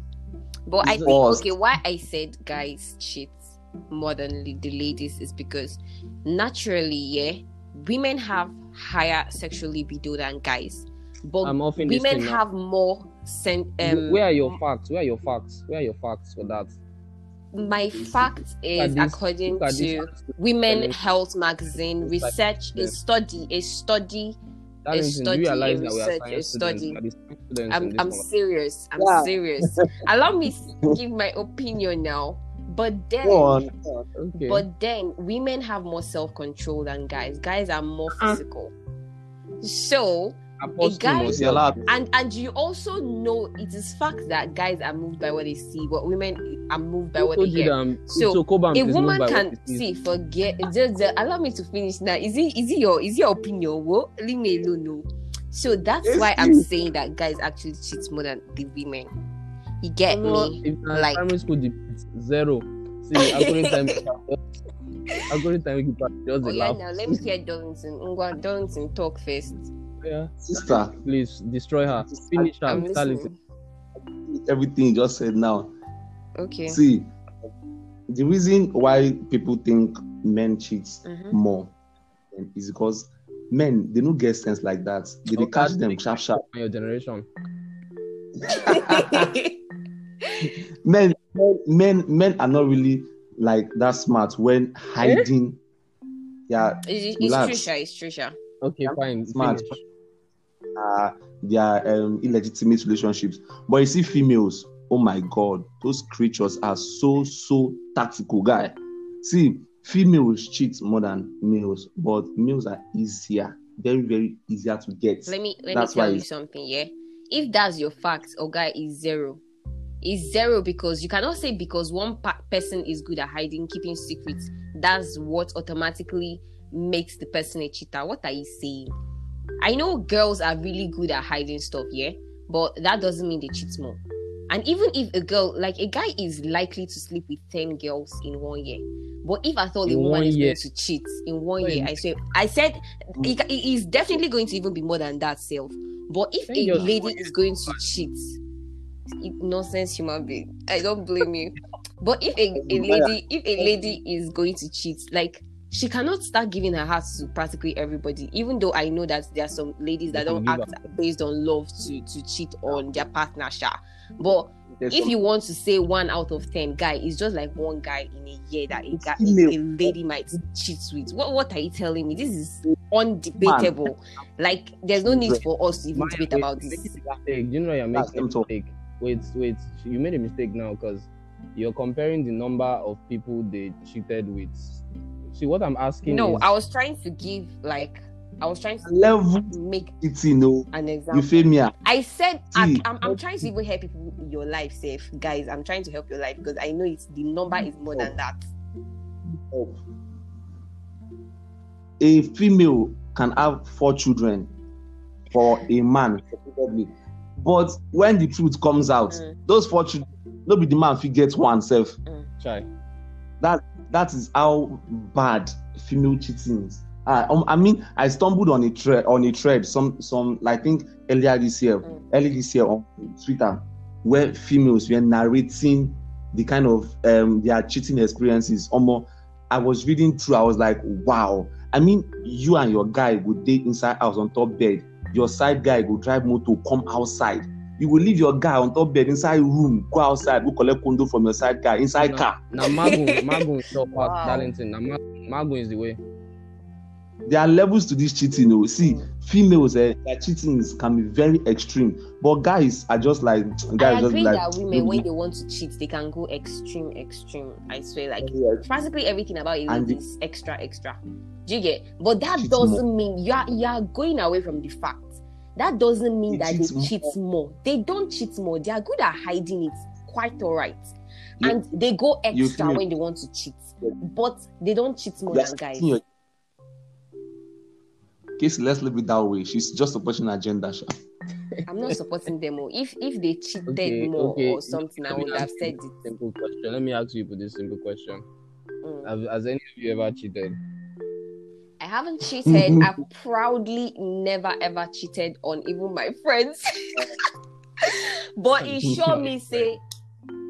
Speaker 2: But I think
Speaker 3: Pause.
Speaker 2: okay, why I said guys cheat more than li- the ladies is because naturally, yeah, women have higher sexual libido than guys, but
Speaker 1: I'm often
Speaker 2: women
Speaker 1: listening now.
Speaker 2: have more sen- um,
Speaker 1: Where are your facts? Where are your facts? Where are your facts for that?
Speaker 2: my fact
Speaker 1: at
Speaker 2: is
Speaker 1: this-
Speaker 2: according
Speaker 1: Look at this
Speaker 2: to
Speaker 1: article.
Speaker 2: women
Speaker 1: Darling-
Speaker 2: health magazine
Speaker 1: It's like-
Speaker 2: research
Speaker 1: yeah.
Speaker 2: a study a study
Speaker 1: Darlington, do
Speaker 2: study,
Speaker 1: you realize
Speaker 2: a
Speaker 1: that we are
Speaker 2: research, a
Speaker 1: science
Speaker 2: study.
Speaker 1: students? We are the science students in
Speaker 2: I'm,
Speaker 1: this
Speaker 2: I'm
Speaker 1: one.
Speaker 2: serious. I'm
Speaker 3: Yeah.
Speaker 2: serious. Allow me s- give my opinion now. But then,
Speaker 3: Go on. go on.
Speaker 1: Okay.
Speaker 2: but then, women have more self control than guys. Guys are more
Speaker 1: Ah.
Speaker 2: physical. So,
Speaker 1: Apostle
Speaker 2: guy-
Speaker 1: must
Speaker 3: It's
Speaker 1: be
Speaker 3: allowed.
Speaker 2: and and you also know it is fact that guys are moved by what they see, but women are moved by what they
Speaker 1: told you
Speaker 2: hear.
Speaker 1: that I'm-
Speaker 2: So,
Speaker 1: um, so Cobham
Speaker 2: a
Speaker 1: is known
Speaker 2: woman
Speaker 1: by what
Speaker 2: can
Speaker 1: it is.
Speaker 2: see forget just, just allow me to finish now is it is it your is it your opinion Whoa, leave me alone no so that's
Speaker 3: Yes,
Speaker 2: why i'm
Speaker 3: you-
Speaker 2: saying that guys actually cheat more than the women you get
Speaker 1: No,
Speaker 2: me
Speaker 1: if na
Speaker 2: like-
Speaker 1: uh, primary school debate, zero. See, according time, according time, you can just
Speaker 2: oh
Speaker 1: dey
Speaker 2: yeah
Speaker 1: laugh.
Speaker 2: now let me hear Donaldson Ngwa Donaldson talk first
Speaker 1: Yeah.
Speaker 3: Sister,
Speaker 1: Please destroy her.
Speaker 3: Just-
Speaker 1: Finish her.
Speaker 2: I'm
Speaker 1: Start listening.
Speaker 2: listening
Speaker 3: everything you just said now.
Speaker 2: okay
Speaker 3: See, the reason why people think men cheat
Speaker 2: Mhm.
Speaker 3: more um, is because men they don't get sense like that. They, dey
Speaker 1: Okay.
Speaker 3: catch them sharp sharp.
Speaker 1: And your generation.
Speaker 3: Men, men, men, men are not really like that smart when hiding. Yeah,
Speaker 2: it's, it's
Speaker 3: Relax.
Speaker 2: Trisha it's Trisha
Speaker 1: Okay, fine.
Speaker 3: Smart.
Speaker 1: Finish.
Speaker 3: uh, their um, illegitimate relationships. But you see, females, oh my God, those creatures are so, so tactical, guy. See, females cheat more than males, but males are easier, very, very easier to get.
Speaker 2: let me let
Speaker 3: That's
Speaker 2: me tell
Speaker 3: why
Speaker 2: you
Speaker 3: it's-
Speaker 2: something yeah if that's your fact or guy is zero is zero because you cannot say because one pa- person is good at hiding keeping secrets that's what automatically makes the person a cheater what are you saying i know girls are really good at hiding stuff yeah but that doesn't mean they cheat more and even if a girl like a guy is likely to sleep with 10 girls in one year but if i thought
Speaker 1: In
Speaker 2: a woman
Speaker 1: one
Speaker 2: is
Speaker 1: year.
Speaker 2: going to cheat in one
Speaker 1: Wait.
Speaker 2: year i swear i said
Speaker 1: Mm.
Speaker 2: it, it is definitely going to even be more than that self. But if
Speaker 1: Thank
Speaker 2: a
Speaker 1: God.
Speaker 2: lady is going to cheat, it, nonsense human being. I don't blame you. But if a, a lady if a lady is going to cheat, like she cannot start giving her heart to practically everybody, even though I know that there are some ladies that
Speaker 1: They can
Speaker 2: don't
Speaker 1: give
Speaker 2: act based on love to to cheat on their partner. Sha. But
Speaker 3: There's
Speaker 2: if
Speaker 3: some-
Speaker 2: you want to say one out of ten guy, it's just like one guy in a year that a, guy, a
Speaker 3: female.
Speaker 2: a lady might cheat with. What what are you telling me? This is undebatable. Like there's no need for us to even
Speaker 1: Maya,
Speaker 2: debate
Speaker 1: wait,
Speaker 2: about
Speaker 1: you
Speaker 2: this.
Speaker 1: made a mistake. You know you're
Speaker 3: That's
Speaker 1: making
Speaker 3: them
Speaker 1: a
Speaker 3: talk.
Speaker 1: mistake. Wait, wait. You made a mistake now because you're comparing the number of people they cheated with. See what I'm asking.
Speaker 2: No,
Speaker 1: is,
Speaker 2: I was trying to give like I was trying to
Speaker 3: level
Speaker 2: make
Speaker 3: cheating, no.
Speaker 2: an example.
Speaker 3: Euphemia.
Speaker 2: I said I,
Speaker 3: See,
Speaker 2: I'm, I'm trying to even help people in your life safe, guys. I'm trying to help your life because I know it's the number is more than that.
Speaker 3: A female can have four children for a man, supposedly. But when the truth comes out,
Speaker 2: Mm.
Speaker 3: those four children, nobody the man forgets oneself.
Speaker 1: Chai.
Speaker 3: that is how bad female cheating is. I, um, I mean, I stumbled on a thread on a thread some some I think earlier this year,
Speaker 2: Mm.
Speaker 3: early this year on Twitter, where females were narrating the kind of um their cheating experiences. Almost, I was reading through. I was like, wow. I mean, you and your guy would date inside house on top bed. Your side guy would drive motor, come outside. You will leave your guy on top bed inside room, go outside, go collect condo from your side guy inside
Speaker 1: No.
Speaker 3: car.
Speaker 1: Now Magun, Magun is your part,
Speaker 2: Wow.
Speaker 1: Darlington. Now Magun, Magun is the way.
Speaker 3: there are levels to this cheating. Oh, see,
Speaker 2: Mm.
Speaker 3: females, eh, their cheatings can be very extreme, but guys are just like
Speaker 2: I
Speaker 3: guys just
Speaker 2: agree
Speaker 3: like
Speaker 2: that women, when they want to cheat, they can go extreme, extreme. I swear, like practically everything about it
Speaker 3: And the-
Speaker 2: is extra, extra. Do you get? But that
Speaker 3: Cheat
Speaker 2: doesn't mean you are you are going away from the fact that doesn't mean
Speaker 3: They
Speaker 2: that
Speaker 3: cheat
Speaker 2: they
Speaker 3: more.
Speaker 2: cheat more. They don't cheat more. They are good at hiding it. Quite all right.
Speaker 3: You-
Speaker 2: and they go
Speaker 3: you
Speaker 2: extra
Speaker 3: feel-
Speaker 2: when they want to cheat. But they don't cheat more
Speaker 3: Yes,
Speaker 2: than guys.
Speaker 3: yeah. Casey, let's leave it that way. She's just supporting her agenda. Sha.
Speaker 2: I'm not supporting them. More. If if they cheated
Speaker 1: Okay,
Speaker 2: more
Speaker 1: okay.
Speaker 2: or something, I
Speaker 1: Let me
Speaker 2: would have
Speaker 1: ask
Speaker 2: said
Speaker 1: you
Speaker 2: it.
Speaker 1: a Simple question. Let me ask you this simple question.
Speaker 2: Mm.
Speaker 1: Have, has any of you ever cheated?
Speaker 2: I haven't cheated. I've proudly never ever cheated on even my friends. but it sure me say,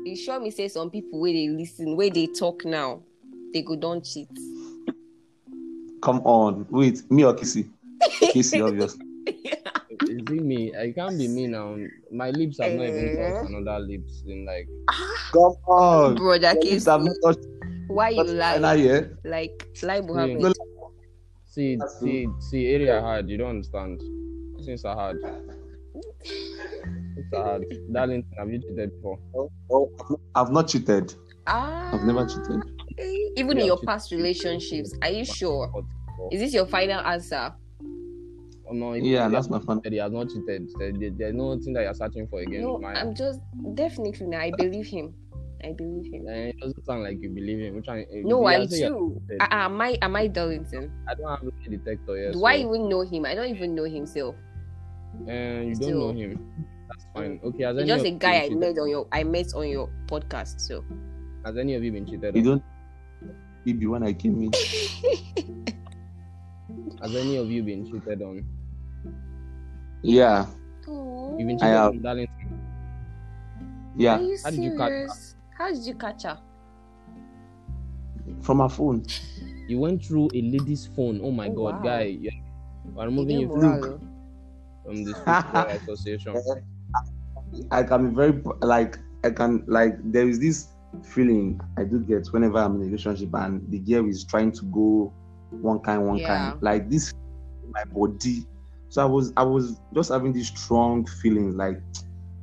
Speaker 2: it sure me say some people where they listen, where they talk now, they go don't cheat.
Speaker 3: Come on. Wait, me or Casey? Casey, obviously.
Speaker 1: Is it me? I can't be me now. My lips have not even
Speaker 2: Eh.
Speaker 1: touched another lips in like.
Speaker 3: Come on.
Speaker 2: Brother,
Speaker 3: Your lips
Speaker 2: case,
Speaker 3: have not touched
Speaker 2: why you
Speaker 3: that eh? final
Speaker 2: lie?
Speaker 3: year.
Speaker 2: Like lie will
Speaker 1: Yeah.
Speaker 2: happen.
Speaker 3: No,
Speaker 1: See,
Speaker 3: That's
Speaker 1: see, see, area hard. You don't understand. Since I hard. Since I hard. Darling, have you cheated before?
Speaker 3: Oh, oh, I've not- I've not cheated.
Speaker 2: Ah, Eh,
Speaker 3: I've never cheated.
Speaker 2: Even
Speaker 1: Yeah,
Speaker 2: in your
Speaker 1: cheated.
Speaker 2: past relationships, are you sure?
Speaker 1: But-
Speaker 2: Is this your final answer?
Speaker 1: oh, no, it-
Speaker 3: Yeah, that's my fun.
Speaker 1: He has not cheated. There, there- there's nothing that you're searching for again.
Speaker 2: No,
Speaker 1: My-
Speaker 2: I'm just definitely now. I believe him. I believe him.
Speaker 1: Eh, it doesn't sound like you believe him. Which one? eh,
Speaker 2: No,
Speaker 1: you
Speaker 2: I
Speaker 1: are saying you're-
Speaker 2: do. Uh, uh, am I am I Darlington?
Speaker 1: I don't have a detector yet.
Speaker 2: do I
Speaker 1: so,
Speaker 2: even know him? I don't even know himself.
Speaker 1: eh, you don't know
Speaker 2: still-
Speaker 1: him. That's fine. Okay, has
Speaker 2: He's
Speaker 1: any
Speaker 2: just
Speaker 1: of
Speaker 2: a
Speaker 1: you
Speaker 2: guy I
Speaker 1: been
Speaker 2: met
Speaker 1: cheated?
Speaker 2: on your I met on your podcast. So
Speaker 1: Has any of you been cheated?
Speaker 3: You
Speaker 1: on?
Speaker 3: don't. Maybe when I came in.
Speaker 1: Has any of you been cheated on?
Speaker 3: Yeah,
Speaker 2: Aw,
Speaker 1: You've been
Speaker 3: I
Speaker 1: cheated
Speaker 3: have.
Speaker 1: on, darling.
Speaker 2: are
Speaker 3: yeah.
Speaker 2: you
Speaker 1: How did you catch her?
Speaker 2: serious? How did you catch her?
Speaker 3: From her phone.
Speaker 1: You went through a lady's phone. Oh my
Speaker 2: Oh,
Speaker 1: god,
Speaker 2: wow.
Speaker 1: guy. Yeah. I'm
Speaker 2: You
Speaker 1: removing
Speaker 2: didn't
Speaker 1: you
Speaker 3: Look.
Speaker 2: morale, oh.
Speaker 1: from this football association.
Speaker 3: I can be very like I can like there is this feeling I do get whenever I'm in a relationship and the girl is trying to go one kind one
Speaker 2: Yeah.
Speaker 3: kind like this in my body. So I was I was just having these strong feelings like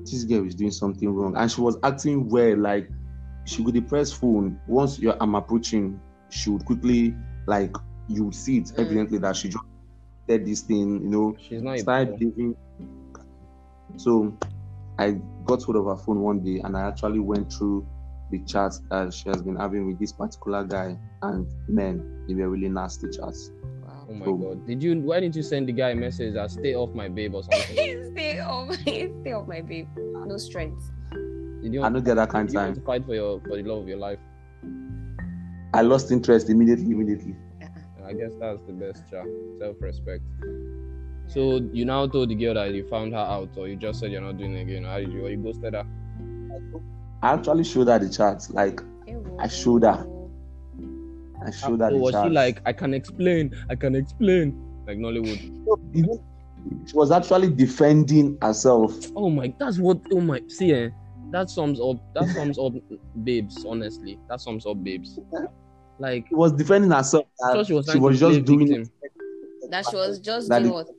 Speaker 3: this girl is doing something wrong and she was acting well like she would depress phone once you're I'm approaching she would quickly like you would see it
Speaker 2: Mm.
Speaker 3: evidently that she just did this thing you know
Speaker 1: She's not a
Speaker 3: started
Speaker 1: ball.
Speaker 3: living. So I got hold of her phone one day and I actually went through the chats that she has been having with this particular guy. And man, they were really nasty chats.
Speaker 1: Oh
Speaker 2: Wow.
Speaker 1: my
Speaker 3: Oh.
Speaker 1: god. Did you why didn't you send the guy a message that stay off my babe or something?
Speaker 2: stay off, stay off my babe. No strength.
Speaker 1: Did you
Speaker 3: I don't get that kind
Speaker 1: did
Speaker 3: of
Speaker 1: you want to
Speaker 3: time.
Speaker 1: fight for your for the love of your life?
Speaker 3: I lost interest immediately, immediately.
Speaker 1: I guess that's the best cha. Self respect. So you now told the girl that you found her out or you just said you're not doing it again. How did you or you ghosted her?
Speaker 3: I actually showed her the chats. Like I showed her. I showed
Speaker 1: so
Speaker 3: her the
Speaker 1: Oh, was
Speaker 3: chats.
Speaker 1: she like, I can explain, I can explain. Like Nollywood.
Speaker 3: You know, she was actually defending herself.
Speaker 1: Oh my, that's what. Oh my, see, eh, that sums up. That sums up, babes. Honestly, that sums up, babes. Like,
Speaker 3: She was defending herself.
Speaker 1: so
Speaker 3: that
Speaker 1: she was,
Speaker 3: she
Speaker 1: trying
Speaker 3: was
Speaker 1: to play
Speaker 3: just doing
Speaker 1: victim.
Speaker 2: That she was just
Speaker 3: That
Speaker 2: doing
Speaker 3: is-
Speaker 2: what?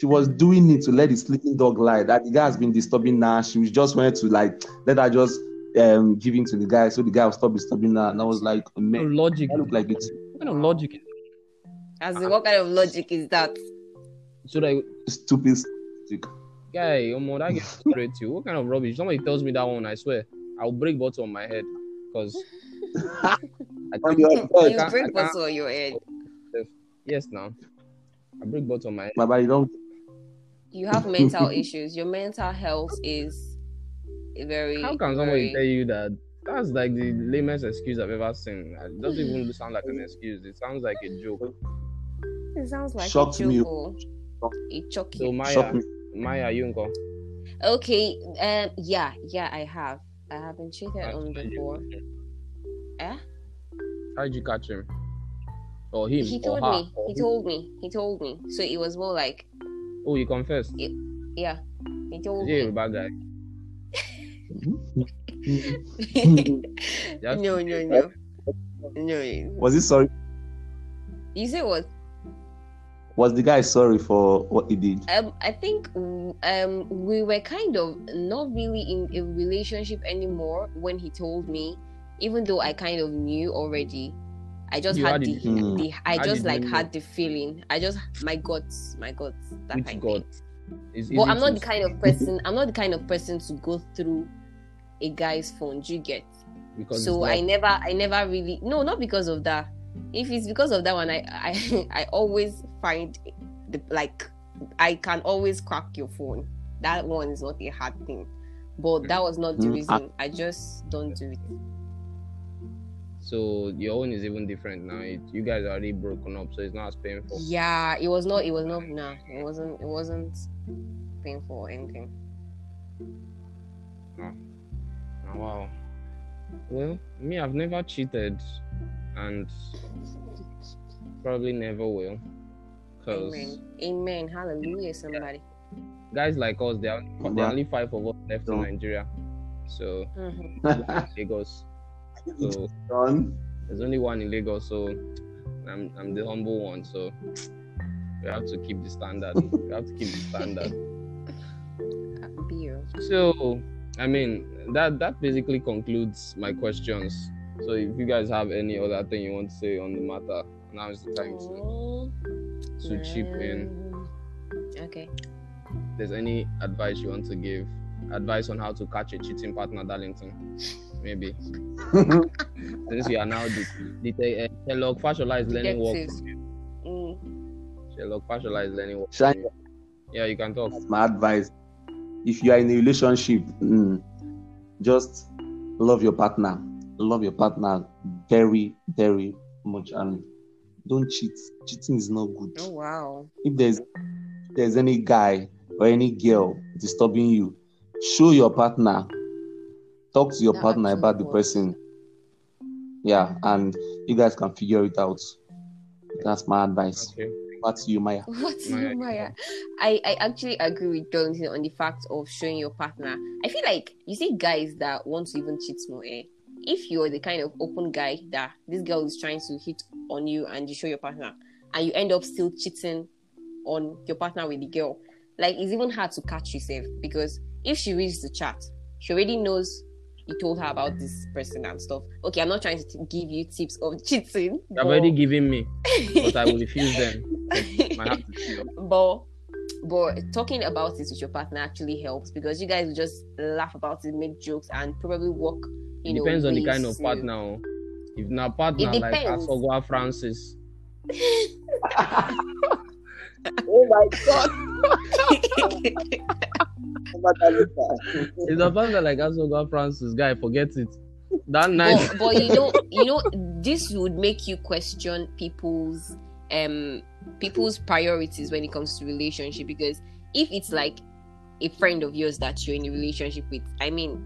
Speaker 3: she was doing it to let the sleeping dog lie. That the guy has been disturbing her. She was just wanted to like let her just um give in to the guy so the guy will stop disturbing her. And I was like,
Speaker 1: Kind of
Speaker 3: man,
Speaker 1: logic.
Speaker 3: I look like it.
Speaker 1: What kind of logic? is-
Speaker 2: As in, what kind of logic is that?
Speaker 1: So like,
Speaker 3: Stupid.
Speaker 1: guy, oh my, that gets straight to you. What kind of rubbish? Somebody tells me that one, I swear, I'll break bottle on my head, cause. I
Speaker 3: On
Speaker 1: think-
Speaker 3: your head,
Speaker 2: You
Speaker 1: can't- I
Speaker 2: break
Speaker 1: can't-
Speaker 2: what's on your head.
Speaker 1: yes, now. I break bottle on my head.
Speaker 3: Baba, you don't.
Speaker 2: You have mental issues. Your mental health is very.
Speaker 1: How can
Speaker 2: very...
Speaker 1: somebody tell you that? That's like the lamest excuse I've ever seen. It doesn't
Speaker 2: Hmm.
Speaker 1: even sound like an excuse. It sounds like a joke.
Speaker 2: It sounds like
Speaker 3: Shocked
Speaker 2: a
Speaker 3: me.
Speaker 2: joke. oh. A
Speaker 1: So
Speaker 2: choking.
Speaker 1: Maya,
Speaker 3: Shock me.
Speaker 1: Maya, you go.
Speaker 2: Okay. Um. Yeah. Yeah. I have. I haven't cheated
Speaker 1: How
Speaker 2: on
Speaker 1: did you
Speaker 2: before. Eh?
Speaker 1: How did you catch him? Or him?
Speaker 2: He
Speaker 1: or
Speaker 2: told
Speaker 1: her,
Speaker 2: me.
Speaker 1: or
Speaker 2: He
Speaker 1: who?
Speaker 2: told me. He told me. So it was more like,
Speaker 1: Oh, you confessed.
Speaker 2: Yeah. yeah. He
Speaker 1: Is
Speaker 2: told
Speaker 1: he a
Speaker 2: me.
Speaker 1: Yoruba guy? That's-
Speaker 2: no. No. No. No.
Speaker 3: Was he sorry?
Speaker 2: You say what?
Speaker 3: Was the guy sorry for what he did?
Speaker 2: um, I think um, we were kind of not really in a relationship anymore when he told me, even though I kind of knew already. I just
Speaker 1: You
Speaker 2: had
Speaker 1: had
Speaker 2: the,
Speaker 1: it.
Speaker 3: Mm.
Speaker 2: the I
Speaker 1: How
Speaker 2: just
Speaker 1: did you
Speaker 2: like
Speaker 1: know?
Speaker 2: had the feeling. I just my guts, my guts, that
Speaker 1: Which
Speaker 2: kind of
Speaker 1: God?
Speaker 2: thing.
Speaker 1: It's
Speaker 2: But
Speaker 1: easy
Speaker 2: I'm not
Speaker 1: to-
Speaker 2: the kind of person. I'm not the kind of person to go through a guy's phone. Do you get?
Speaker 1: because
Speaker 2: So I
Speaker 1: it's
Speaker 2: never, I never really. No, not because of that. If it's because of that one, I, I, I always find, the, like, I can always crack your phone. That one is not a hard thing. But that was not the
Speaker 3: Mm, I-
Speaker 2: reason. I just don't do it.
Speaker 1: not- so your own is even different now. It, you guys are already broken up, so it's not as painful.
Speaker 2: Yeah, it was not. It was not. Nah, it wasn't. It wasn't painful or anything.
Speaker 1: Oh, wow. Well, me, I've never cheated, and probably never will, because
Speaker 2: Amen. Amen. Hallelujah. Somebody.
Speaker 1: guys like us, there are, there are only five of us left in
Speaker 3: Don't.
Speaker 1: Nigeria, so
Speaker 2: Mhm.
Speaker 1: Lagos. So
Speaker 3: Done.
Speaker 1: there's only one in Lagos, so I'm I'm the humble one. So we have to keep the standard. we have to keep the standard.
Speaker 2: Be you.
Speaker 1: So, I mean, that that basically concludes my questions. So, if you guys have any other thing you want to say on the matter, now is the time to,
Speaker 2: Oh.
Speaker 1: to chip in.
Speaker 2: Mm-hmm. Okay.
Speaker 1: If there's any advice you want to give, advice on how to catch a cheating partner, Darlington, maybe. Since you are now the, the, the uh, Sherlock Fashola is learning work.
Speaker 2: Detective. Mm.
Speaker 1: Sherlock Fashola is learning work.
Speaker 3: Shine
Speaker 1: Yeah, you can talk.
Speaker 3: my advice if you are in a relationship mm, just love your partner love your partner very very much and don't cheat cheating is not good
Speaker 2: Oh wow.
Speaker 3: if there's there's any guy or any girl disturbing you show your partner talk to your
Speaker 2: That
Speaker 3: partner
Speaker 2: actually
Speaker 3: about the
Speaker 2: works.
Speaker 3: person yeah and you guys can figure it out that's my advice
Speaker 1: Okay.
Speaker 3: back to you maya
Speaker 2: What
Speaker 1: My-
Speaker 2: you, Maya? I, I actually agree with Darlington on the fact of showing your partner. I feel like you see guys that want to even cheat more. Eh? If you're the kind of open guy that this girl is trying to hit on you and you show your partner and you end up still cheating on your partner with the girl, like it's even hard to catch yourself because if she reads the chat, she already knows you told her about this person and stuff. Okay, I'm not trying to t- give you tips of cheating.
Speaker 1: You've already given me, but I will refuse them. My heart is pure.
Speaker 2: but but
Speaker 1: Mm.
Speaker 2: talking about it with your partner actually helps because you guys will just laugh about it, make jokes, and probably work.
Speaker 1: It
Speaker 2: You know,
Speaker 1: depends on the
Speaker 2: ways
Speaker 1: kind of
Speaker 2: to-
Speaker 1: partner. oh. If na partner
Speaker 2: It
Speaker 1: like
Speaker 2: depends.
Speaker 1: Asogwa Francis,
Speaker 3: oh my god
Speaker 1: if na partner like Asogwa Francis, guy, forget it. That
Speaker 2: Oh.
Speaker 1: night,
Speaker 2: but, but you know, you know, this would make you question people's um people's priorities when it comes to relationship because if it's like a friend of yours that you're in a relationship with, I mean,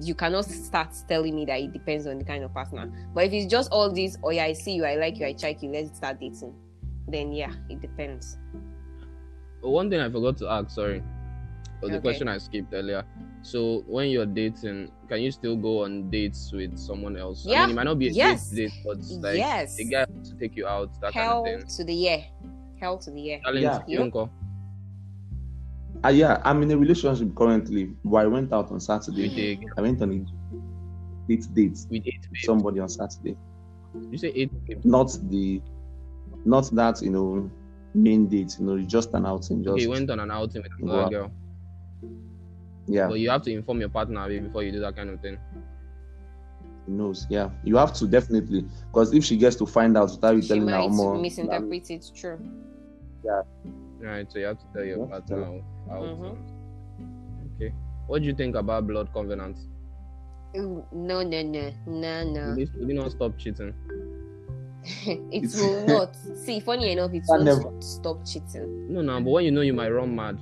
Speaker 2: you cannot start telling me that it depends on the kind of partner. But if it's just all this, oh yeah, I see you, I like you, I check you, let's start dating. Then yeah, it depends.
Speaker 1: Oh, one thing I forgot to ask, sorry, was the
Speaker 2: Okay.
Speaker 1: question I skipped earlier. So when you're dating, can you still go on dates with someone else? I
Speaker 2: Yeah.
Speaker 1: mean, it might not be a
Speaker 2: Yes.
Speaker 1: date, date, but like
Speaker 2: yes.
Speaker 1: the guy to take you out, that
Speaker 2: Hell
Speaker 1: kind of thing.
Speaker 2: to the year. Hell to the year.
Speaker 1: Darling,
Speaker 3: Yeah.
Speaker 1: you don't call.
Speaker 3: Uh, yeah, I'm in a relationship currently, but I went out on
Speaker 1: We
Speaker 3: Saturday.
Speaker 1: did
Speaker 3: I went on a date date
Speaker 1: with eight
Speaker 3: with
Speaker 1: babes.
Speaker 3: somebody on Saturday.
Speaker 1: you say eight babes.
Speaker 3: Not the, not that you know, main date. You know, just an outing. Just
Speaker 1: Okay, you went on an outing with another
Speaker 3: Wow.
Speaker 1: girl,
Speaker 3: yeah,
Speaker 1: but you have to inform your partner babe, before you do that kind of thing.
Speaker 3: he knows. Yeah, you have to definitely because if she gets to find out without you
Speaker 2: She
Speaker 3: telling her
Speaker 2: might
Speaker 3: more,
Speaker 2: misinterpret it. True.
Speaker 1: Right, so you have to tell your
Speaker 3: Yeah,
Speaker 1: partner
Speaker 3: tell-
Speaker 1: how. how to-
Speaker 2: Mhm.
Speaker 1: Okay. What do you think about blood covenant?
Speaker 2: Ooh, No, no, no, no,
Speaker 1: Will
Speaker 2: no.
Speaker 1: they- will they not stop cheating?
Speaker 2: it
Speaker 3: It's-
Speaker 2: will not. See, funny enough, it
Speaker 3: I
Speaker 2: will
Speaker 3: never-
Speaker 2: not stop cheating.
Speaker 1: No, no. But when you know you might run mad,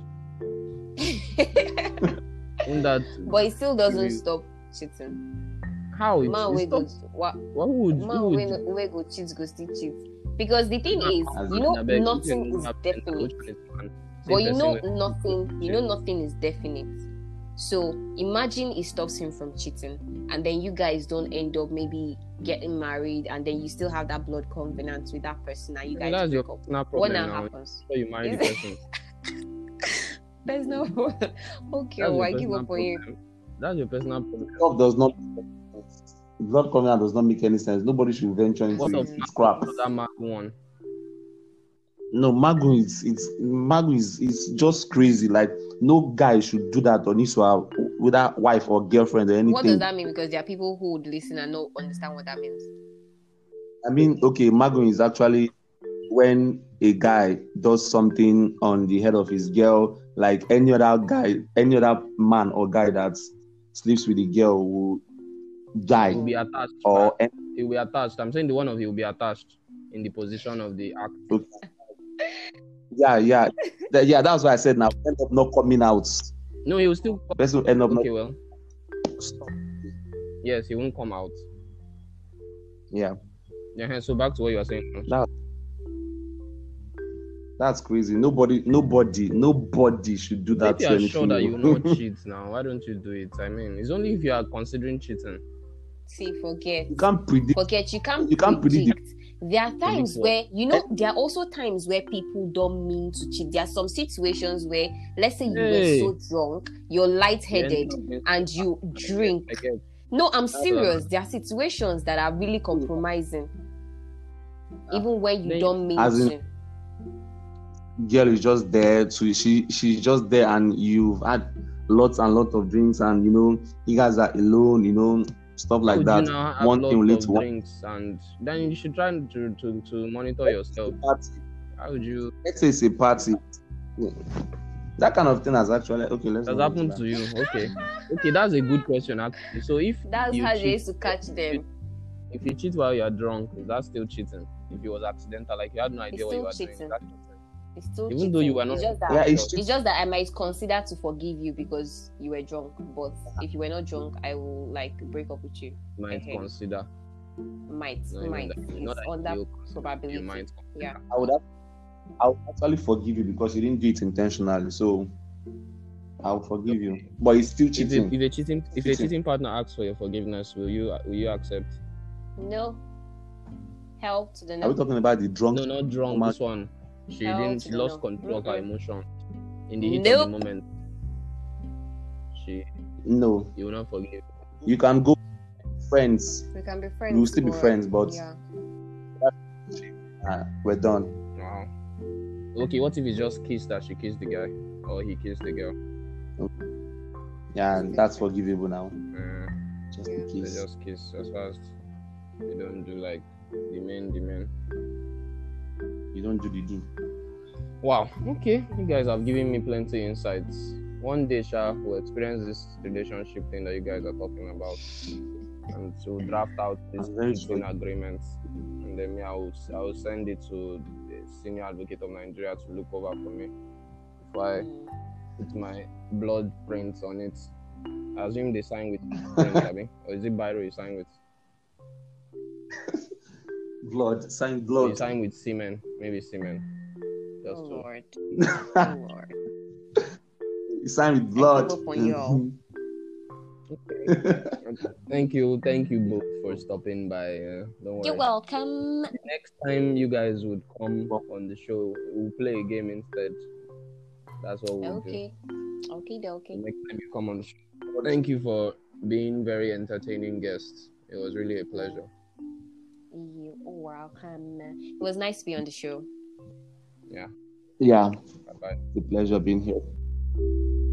Speaker 1: won't that?
Speaker 2: but it still doesn't
Speaker 1: You-
Speaker 2: stop cheating.
Speaker 1: how it,
Speaker 2: Man,
Speaker 1: it
Speaker 2: we go,
Speaker 1: stop?
Speaker 2: wa-
Speaker 1: What would?
Speaker 2: man,
Speaker 1: who
Speaker 2: we,
Speaker 1: would
Speaker 2: we go cheat, go still cheat. Because the thing is,
Speaker 3: As
Speaker 2: you
Speaker 3: in,
Speaker 2: know,
Speaker 1: I beg,
Speaker 2: nothing
Speaker 1: which one
Speaker 2: is
Speaker 1: happened,
Speaker 2: definite.
Speaker 1: which one is planned? Same
Speaker 2: But you know
Speaker 1: person with-
Speaker 2: nothing. You know nothing is definite. So imagine it stops him from cheating, and then you guys don't end up maybe getting married, and then you still have that blood covenant with that person, and you
Speaker 1: Well,
Speaker 2: guys
Speaker 1: that's your
Speaker 2: break up.
Speaker 1: personal
Speaker 2: What
Speaker 1: problem
Speaker 2: now
Speaker 1: now.
Speaker 2: happens?
Speaker 1: So you marry the
Speaker 2: Is it-
Speaker 1: person.
Speaker 2: There's no. okay,
Speaker 1: That's
Speaker 2: oh,
Speaker 1: your
Speaker 2: I give
Speaker 1: personal
Speaker 2: up on you.
Speaker 1: problem. That's your personal problem.
Speaker 3: love does not. Blood covenant does not make any sense. Nobody should venture into
Speaker 1: What
Speaker 3: it.
Speaker 1: of
Speaker 3: It's crap.
Speaker 1: that Mark one?
Speaker 3: no magu is it's magu is it's just crazy like no guy should do that on his wa- without wife or girlfriend or anything
Speaker 2: What does that mean? Because there are people who would listen and not understand what that means.
Speaker 3: i mean okay magu is actually when a guy does something on the head of his girl like any other guy any other man or guy that sleeps with the girl will die
Speaker 1: He'll be
Speaker 2: Oh.
Speaker 1: attached.
Speaker 3: or
Speaker 1: He'll be attached. I'm saying the one of you will be attached in the position of the act.
Speaker 3: yeah yeah That- yeah that's why i said now end up not coming out
Speaker 1: No, he will still. Come.
Speaker 3: person end up
Speaker 1: Okay, well,
Speaker 3: not
Speaker 1: yes, he won't come out.
Speaker 3: yeah
Speaker 1: Yeah. So back to what you were saying.
Speaker 3: That's crazy. Nobody, nobody, nobody should do that.
Speaker 1: if you
Speaker 3: to
Speaker 1: are
Speaker 3: anything.
Speaker 1: sure that you will not cheat now, why don't you do it? I mean, it's only if you are considering cheating.
Speaker 2: See, forget.
Speaker 3: You can't predict.
Speaker 2: forget you can't
Speaker 3: You can't predict
Speaker 2: there are times
Speaker 1: what?
Speaker 2: where you
Speaker 3: Eh?
Speaker 2: know there are also times where people don't mean to cheat there are some situations where let's say you
Speaker 1: Hey.
Speaker 2: were so drunk you're lightheaded and
Speaker 3: Ah,
Speaker 2: you drink
Speaker 1: I guess.
Speaker 2: no i'm
Speaker 1: on.
Speaker 2: serious there are situations that are really compromising even when you
Speaker 1: Then-
Speaker 2: don't mean
Speaker 3: Ah, As in-
Speaker 2: to
Speaker 3: Girl is just there to she she's just there and you've had lots and lots of drinks and you know you guys are alone, you know, stuff like
Speaker 1: Would
Speaker 3: that.
Speaker 1: You now have
Speaker 3: One
Speaker 1: lots
Speaker 3: thing will lead
Speaker 1: of
Speaker 3: to one
Speaker 1: drinks, and then you should try to, to, to monitor yourself.
Speaker 3: party.
Speaker 1: How would you?
Speaker 3: Let's say it's a party. Yeah. That kind of thing has actually okay, let's
Speaker 1: Has
Speaker 3: not go
Speaker 1: happened to you? Okay, okay, that's a good question actually. So if
Speaker 2: that's
Speaker 1: you
Speaker 2: how they
Speaker 1: cheat,
Speaker 2: used to catch them
Speaker 1: if you cheat while you are drunk, is that still cheating? If it was accidental, like you had no idea what
Speaker 2: still
Speaker 1: you were
Speaker 2: cheating.
Speaker 1: doing, is that cheating?
Speaker 2: it's still
Speaker 1: Even though you
Speaker 2: cheating.
Speaker 1: were not-
Speaker 2: it's just that
Speaker 3: Yeah, it's
Speaker 2: it's just that i might consider to forgive you because you were drunk but if you were not drunk i will like break up with you
Speaker 1: might
Speaker 2: Okay.
Speaker 1: consider.
Speaker 2: might
Speaker 1: Not even
Speaker 2: might
Speaker 1: that-
Speaker 2: it's
Speaker 1: not that
Speaker 2: on that
Speaker 1: you consider,
Speaker 2: probability
Speaker 1: You might.
Speaker 2: yeah
Speaker 3: I would have, I would actually forgive you because you didn't do it intentionally. So I'll forgive you. But it's still
Speaker 1: If a,
Speaker 3: cheating.
Speaker 1: if a cheating if a
Speaker 3: Cheating.
Speaker 1: cheating partner asks for your forgiveness, will you will you accept?
Speaker 2: no hell to the
Speaker 3: Are
Speaker 2: no
Speaker 3: we talking about the drunk
Speaker 1: No, not drunk.
Speaker 3: Come on.
Speaker 1: This one, she
Speaker 2: No,
Speaker 1: didn't. She
Speaker 2: no,
Speaker 1: lost
Speaker 2: no.
Speaker 1: control of her
Speaker 2: Mm-mm.
Speaker 1: emotion in the heat of
Speaker 2: Nope.
Speaker 1: the moment. She,
Speaker 3: No,
Speaker 1: you will not forgive.
Speaker 3: you can go friends.
Speaker 2: we can be friends
Speaker 3: We will still be
Speaker 2: for-
Speaker 3: friends, but
Speaker 2: yeah
Speaker 3: uh, we're done.
Speaker 1: Wow. Okay, what if it's just kiss that she kissed the guy or he kissed the girl?
Speaker 3: Yeah, and that's forgivable now.
Speaker 1: Uh,
Speaker 3: Just in
Speaker 1: they
Speaker 3: case.
Speaker 1: just kiss as far as they don't do like the men, the men.
Speaker 3: You don't do the deed.
Speaker 1: Wow. Okay, you guys have given me plenty insights. One day, Sha, we'll experience this relationship thing that you guys are talking about, and to draft out this
Speaker 3: I'm very
Speaker 1: between
Speaker 3: sure.
Speaker 1: agreements, and then me, I will, I will send it to the senior advocate of Nigeria to look over for me before I
Speaker 2: Mm,
Speaker 1: put my blood prints on it. I assume they sign with print, Abi, or is it Biro you sign with?
Speaker 3: Blood, sign
Speaker 1: You
Speaker 3: blood.
Speaker 1: sign with semen, maybe semen. Just
Speaker 2: oh
Speaker 1: to-
Speaker 2: lord
Speaker 3: You
Speaker 2: oh lord
Speaker 3: sign with blood.
Speaker 2: give up on you all. Oh.
Speaker 1: Thank you, thank you both for stopping by. Uh, don't
Speaker 2: you're
Speaker 1: worry.
Speaker 2: welcome
Speaker 1: Next time you guys would come on the show, we'll play a game instead. That's what we'll
Speaker 2: okay okay
Speaker 1: do.
Speaker 2: okay
Speaker 1: Next time you come on the show. Thank you for being very entertaining guests. It was really a pleasure.
Speaker 2: you're welcome it was nice to be on the show
Speaker 3: yeah,
Speaker 1: Bye bye.
Speaker 3: it's a pleasure being here.